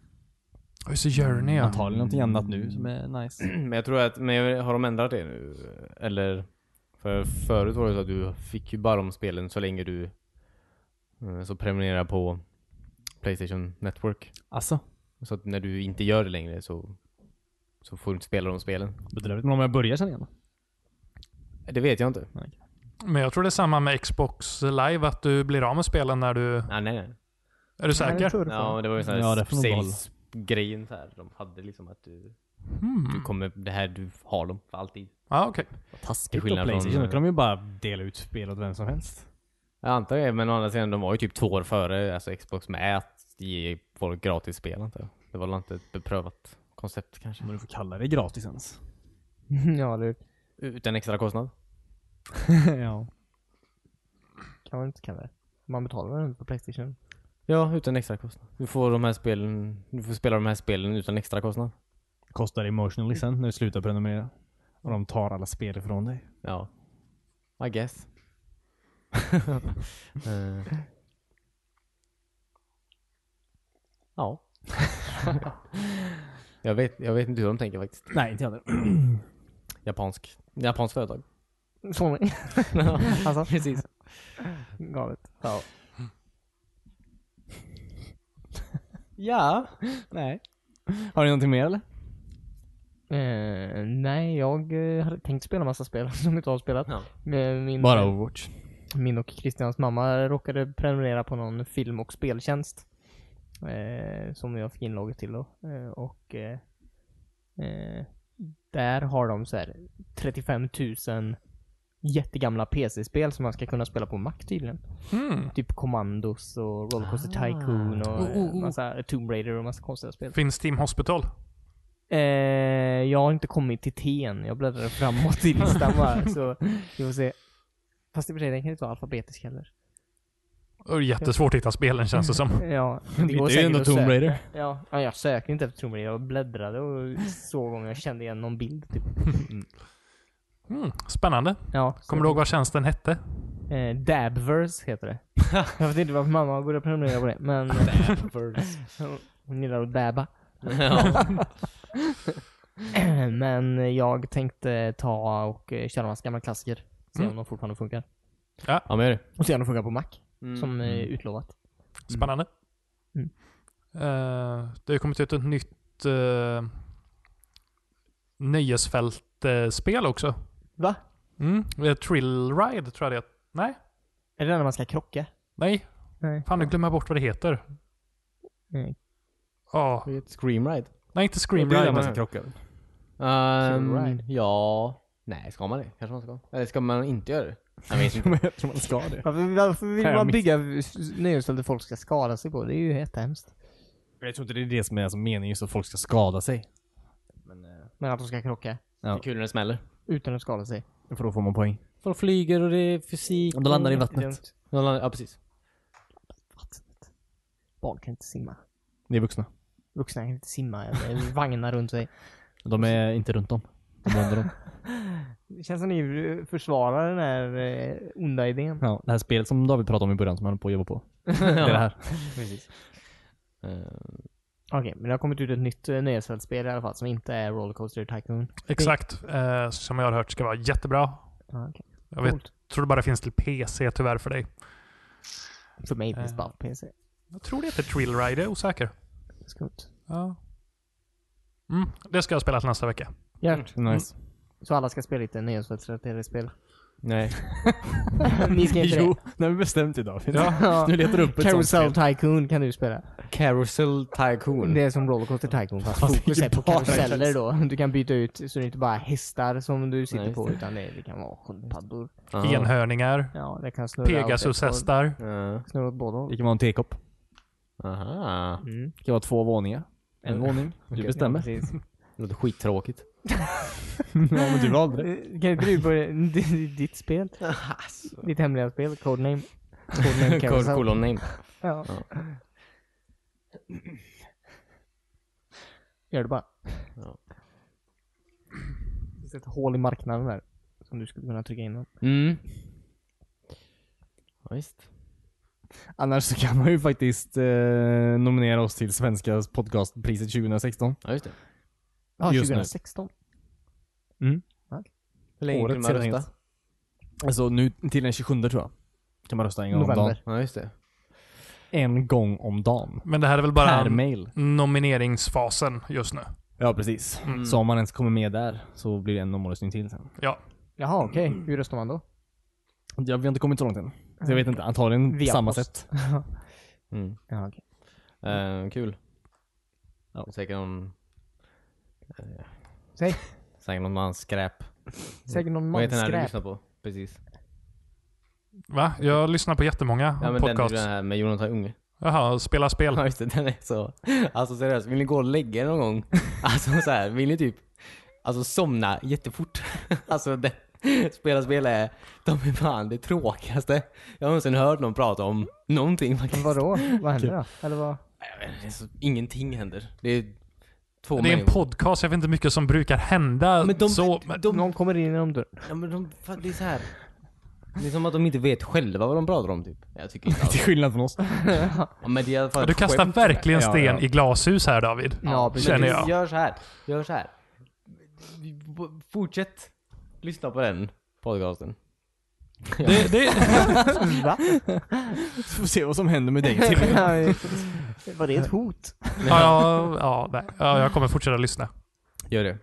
Just det, Journey ja. Antagligen någonting annat nu som är nice. Men jag tror att, men har de ändrat det nu? Eller? För förut var det så att du fick ju bara de spelen så länge du eh, så prenumererar på Playstation Network. Alltså, Så att när du inte gör det längre så, så får du inte spela de spelen. bedrövligt. Men om jag börjar sen igen Det vet jag inte. Men jag tror det är samma med Xbox Live, att du blir av med spelen när du... Nej, nej, nej. Är du Nej, det säker? tror du Ja, fan. det var ju sån här Ja, det får de behålla. sales-grejen så här. De hade liksom att du, du Mm. kommer, det här, du har dem för alltid. Ja, okej. Taskigt på skillnad från- Playstation, då kan de ju bara dela ut spel åt vem som helst. Jag antar det, men å andra sidan, de var ju typ två år före alltså Xbox med att ge folk gratis spel antar jag. Det var väl inte ett beprövat koncept kanske. Om du får kalla det gratis ens. [LAUGHS] ja, eller hur? Utan extra kostnad? [LAUGHS] ja. Kan man inte kalla det. Man betalar väl inte på Playstation? Ja, utan extra kostnad. Du får de här spelen, du får spela de här spelen utan extra kostnad. Kostar emotionally sen när du slutar prenumerera. Och de tar alla spel ifrån dig. Ja. I guess. [LAUGHS] Eh. ja. [LAUGHS] jag, vet, jag vet inte hur de tänker faktiskt. Nej, inte jag heller. [CLEARS THROAT] Japansk. [LAUGHS] Japanskt företag. Sony. alltså. Precis. Galet. Ja. ja. Nej. Har ni någonting mer eller? Eh, nej, jag eh, hade tänkt spela massa spel [LAUGHS] som inte har spelat. Ja. Med min, Bara Overwatch. Min och Christians mamma råkade prenumerera på någon film och speltjänst. Eh, som jag fick inlogget till då. Eh, och eh, eh, där har de så här 35 000 jättegamla PC-spel som man ska kunna spela på Mac tydligen. Mm. Typ Commandos och Rollercoaster Tycoon och Oh, oh, oh. eh, massa Tomb Raider och massa konstiga spel. Finns Team Hospital? Eh, jag har inte kommit till T än. Jag bläddrar framåt i listan bara. Så vi får se. Fast i och för sig, den kan inte vara alfabetisk heller. Det är Jättesvårt att hitta spelen känns det som. [LAUGHS] Ja, Det är ju ändå Tomb Raider. söka. Ja, ja, jag sökte inte efter Tomb Raider. Jag bläddrade och såg om jag kände igen någon bild. Typ. Mm. Spännande. Ja, så- Kommer du ihåg vad tjänsten hette? Eh, Dabverse heter [LAUGHS] det. jag vet inte varför mamma går och prenumererar på det, men... [LAUGHS] Dabverse. [LAUGHS] Hon gillar att dabba. [CLEARS THROAT] Ja. men jag tänkte ta och eh, köra en massa gamla klassiker. Se om Mm. de fortfarande funkar. ja, men gör det. Och se om de funkar på Mac, som eh, Mm. utlovat. Spännande. Mm. Eh, det har ju kommit ut ett nytt uh, nöjesfältspel också. Va? Mm. det är Trill Ride tror jag det heter. Nej, Är det den när man ska krocka? nej. Nej. Fan nu glömmer jag bort vad det heter. Nej. Ja, Scream Ride. nej inte Scream Det är Ride. där man ska men- krocka. Ehm, Ride. Ja. Nej, ska man det? Kanske man ska. Eller ska man inte göra det? Jag vet inte. Men [LAUGHS] jag tror man ska det. Varför, varför vill Kan jag man bygga nöjesfält där folk ska skada sig på? Det är ju jättehemskt. Jag tror inte det är det som är alltså meningen, just att folk ska skada sig. Men att de ska krocka Det är kul när det smäller. utan att skada sig. För då får man poäng. Folk flyger och det är fysik. Om de landar i Det är vattnet. dumt. De landar- Ja, precis. Barn kan inte simma. Det är vuxna. Vuxna kan inte simma eller [LAUGHS] vagna runt sig. De är inte runt dem. [LAUGHS] De är under dem. Det känns som ni eh, försvarar den här eh, onda idén. Ja, det här spelet som David pratade om i början som han höll på att jobba [LAUGHS] på. Det är det här. Precis. Eh, Ehm, Okej, men det har kommit ut ett nytt eh, nöjesfältspel i alla fall som inte är Rollercoaster Tycoon. Exakt. eh, som jag har hört ska vara jättebra. Ja, Ah, okej. Jag vet, Coolt. tror det bara finns till PC tyvärr för dig. För mig finns Eh. det bara på PC. Jag tror det heter Trill Ride, jag är osäker. Skumt. Ja. Mm, det ska jag spela till nästa vecka. Gert. Nice. Så alla ska spela lite nöjesfältsrelaterade [LAUGHS] spel? Nej. ni ska inte Jo, det? det har vi bestämt idag. Ja. [LAUGHS] Nu letar du upp ett sånt Carousel spel. Tycoon kan du spela. Carousel Tycoon. Det är som Rollercoaster Tycoon Mm. fast Fast fokus det är är på bara karuseller karusell. då. Du kan byta ut så det inte bara är hästar som du sitter Nej, på just utan det, det kan vara sköldpaddor. Ja. Enhörningar, Ja, det kan snurra åt ett håll. Pegasus-hästar. Ja. Snurra åt båda håll. Det kan vara en tekopp. Aha. Mm. Det kan vara två våningar. Eh, En våning. Du Ja, bestämmer. precis. Det låter [LAUGHS] skittråkigt. Ja, men du valde det. Eh, kan inte du börja [LAUGHS] ditt- ditt spel? Alltså. Ditt hemliga spel, Codename. Codename [LAUGHS] Code Carousel. colon name. Ja. [CLEARS THROAT] Gör det bara. Ja. Det finns ett hål i marknaden där. Som du skulle kunna trycka in den. Mm. Ja, visst. Annars så kan man ju faktiskt eh, nominera oss till Svenska podcastpriset 2016. Ja, just det. Ja, Just nu. 2016. Hur länge Året kunde man sedan rösta? Alltså nu till den 27 tror jag. Kan man rösta en gång om dagen. November. Ja, just det. En gång om dagen. Men det här är väl bara Per mail. nomineringsfasen just nu. Ja precis. Så om man ens kommer med där så blir det en omröstning till sen. Ja. Jaha, okej. Hur röstar man då? Jag, vi har inte kommit så långt än. Så jag vet inte, antagligen på Via samma post. sätt. [LAUGHS] Mm. [LAUGHS] Ja, okej. Eh, kul. Ja. Ja. Säkert om... eh, Säg. Säkert om man skräp. Säkert någon Vad heter den här du manskräp. lyssnar på? Precis. Va? Jag lyssnar på jättemånga Ja men den, podcasts. den här med Jonathan Unge. Jaha, spela spel. Ja just det, den är så. Alltså seriöst, vill ni gå och lägga er någon [LAUGHS] gång? Alltså så här, vill ni typ alltså, somna jättefort? [LAUGHS] Alltså det, spela spel är, de är fan det tråkigaste jag någonsin hört någon prata om någonting faktiskt. Vadå? Vad händer då? Eller vad? Jag vet inte, så, ingenting händer. Det är två Det är en människor. podcast, jag vet inte mycket som brukar hända. Men de- så, men, de, Någon kommer in genom dörren. ja, men de, fan, det är så här. Det är som att de inte vet själva vad de pratar om typ. Jag tycker inte alls. Till skillnad från oss. Ja, men det är i alla fall du ett kastar skämt som är- verkligen Ja, sten ja. i glashus här David. Ja, [LAUGHS] precis. Känner Men jag. Gör så här. Gör så här. Vi- vi- Fortsätt lyssna på den podcasten. [LAUGHS] Det, det, Va? Så får vi se vad som händer med dig till. [LAUGHS] Var det ett hot? ja, ja, ja, nej. ja, jag kommer fortsätta lyssna. Gör det.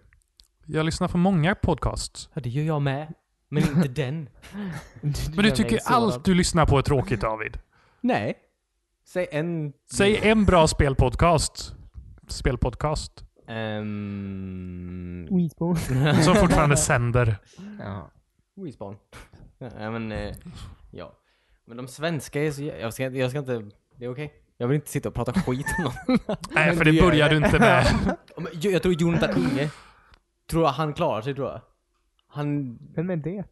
Jag lyssnar på många podcasts. Ja, det gör jag med. Men [LAUGHS] inte den. Men du tycker allt du lyssnar på är tråkigt David. Nej. Säg en... Säg en bra spelpodcast. Spelpodcast. Ehm... Weesborn. [LAUGHS] Som fortfarande sänder. Ja. Wiesbaden. [LAUGHS] Nej men, eh, ja. Men de svenska är så jä- jag ska, jag ska inte, det är okej. Jag vill inte sitta och prata skit om någon. Nej, för du det gör börjar du inte med. [LAUGHS] Ja, men Jag jag tror Jonathan Unge, tror jag han klarar sig tror jag. Han, Vem är det?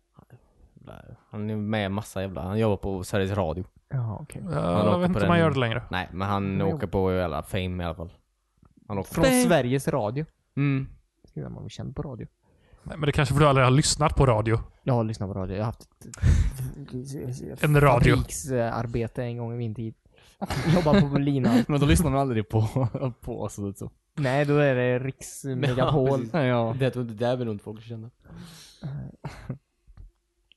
han är med i massa jävla, han jobbar på Sveriges Radio. Ja, okej. Ja, åker jag vet på inte om den- man gör det längre. Nej men han Jo. åker på jävla Fame i alla fall. Han åker Från Sveriges Radio. Mm. Skriver man var känd på radio. Nej, Men det kanske för du aldrig har lyssnat på radio. Jag har lyssnat på radio. Jag har haft [LAUGHS] ett En radio. fabriksarbete en gång i min tid. Jobbar på [LAUGHS] linan. Men då lyssnar man aldrig på, [LAUGHS] på oss och så. Nej, då är det Riks Megapol. precis. Ja, ja. Det tror inte där vill inte folk känna. I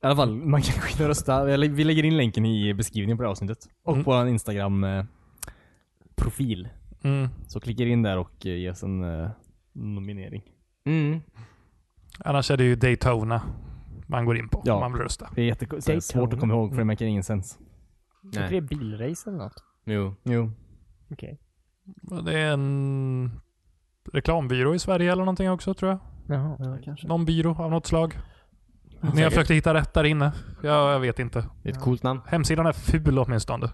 alla fall, man kan gå in och rösta. Jag lä- Vi lägger in länken i beskrivningen på det här avsnittet. Och Mm. på vår eh, Instagram-profil. Mm. Så klickar in där och eh, ge oss en eh, nominering. Mm. Annars är det ju Daytona man går in på Ja. om man vill rösta. Det är jätte- så här, Daytona. svårt att komma ihåg för det märker ingen sens. Jag tror det är Nej. bilrace eller något. Jo. Jo. Okej. Det är en reklambyrå i Sverige eller någonting också tror jag. Jaha. kanske. Någon byrå av något slag. När jag försökte hitta rätt där inne. Ja, jag vet inte. Det är ett coolt namn. Hemsidan är ful åtminstone. [LAUGHS]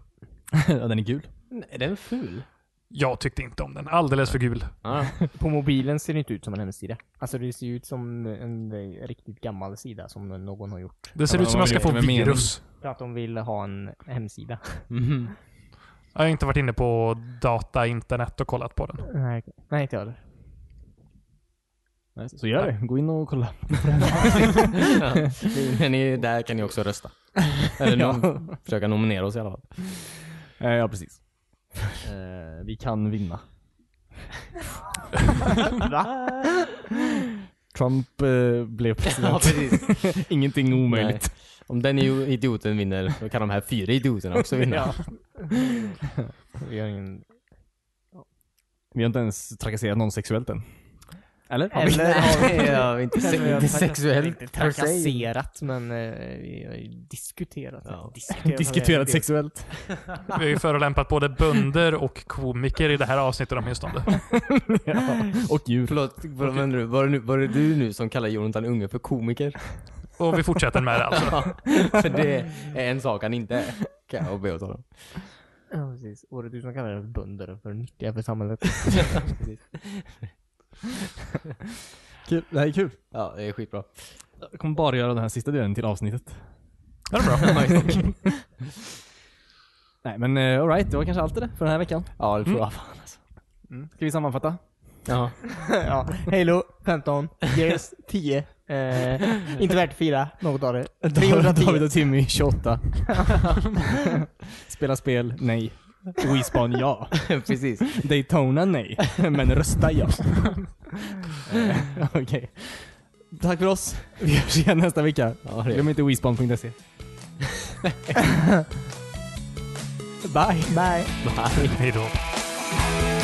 ja, den är gul. Nej, är den ful? Jag tyckte inte om den. Alldeles för gul. Ja. På mobilen ser det inte ut som en hemsida. Alltså det ser ju ut som en eh, riktigt gammal sida som någon har gjort. Det ser Ja, ut som vad jag ska gör få det med mening? virus. För att de vill ha en hemsida. Mhm. Jag har inte varit inne på data, internet och kollat på den. Nej, okej. Nej inte jag heller. Nej, Så gör det. Gå in och kolla. När ni är där kan ni också rösta. Eller nom- försöka nominera oss i alla fall. Eh, Ja, precis. Eh, Vi kan vinna. Trump eh, blev president. precis. [LAUGHS] Ingenting omöjligt. Om den ju- idioten vinner, då kan de här fyra idioterna också vinna. Ja. [LAUGHS] Vi har ingen... Vi har inte ens trakasserat någon sexuellt än. Eller? Har vi? Eller har vi... ja, inte, Kanske vi se- har inte sexuellt trakasserat- Inte per se. trakasserat, men eh, vi har ju diskuterat. Ja. [LAUGHS] [LAUGHS] Diskuterat, Diskuterat sexuellt. Vi har ju förolämpat både bönder och komiker i det här avsnittet åtminstone. ja. Och djur. Förlåt, vad menar du? Var, det nu, var det du nu som kallar Jonathan Unge för komiker? Och vi fortsätter med det alltså. [LAUGHS] För det är en sak han inte är. Kan jag be åt honom. Ja, precis. Och det är du som kallar det för bönder för nyttiga för samhället. Kul. Det här är kul. Ja, det är skitbra. Jag kommer bara göra den här sista delen till avsnittet. Är [LAUGHS] det bra? Nej men eh, alright, det var kanske allt det där för den här veckan. Mm. Ja, det tror jag fan alltså. Ska vi sammanfatta? Ja. [LAUGHS] ja. Halo 15, Gears 10. Eh, inte värt att fira något [LAUGHS] av det. 310. David och Timmy 28. [LAUGHS] Spela spel, nej. Wispan, ja. [LAUGHS] Precis. Daytona, nej. Men rösta, ja. Eh, [LAUGHS] Okej. Tack för oss. Vi hörs igen nästa vecka. Ja, det är Glöm inte wispan.se. Bye. Bye. Hej då.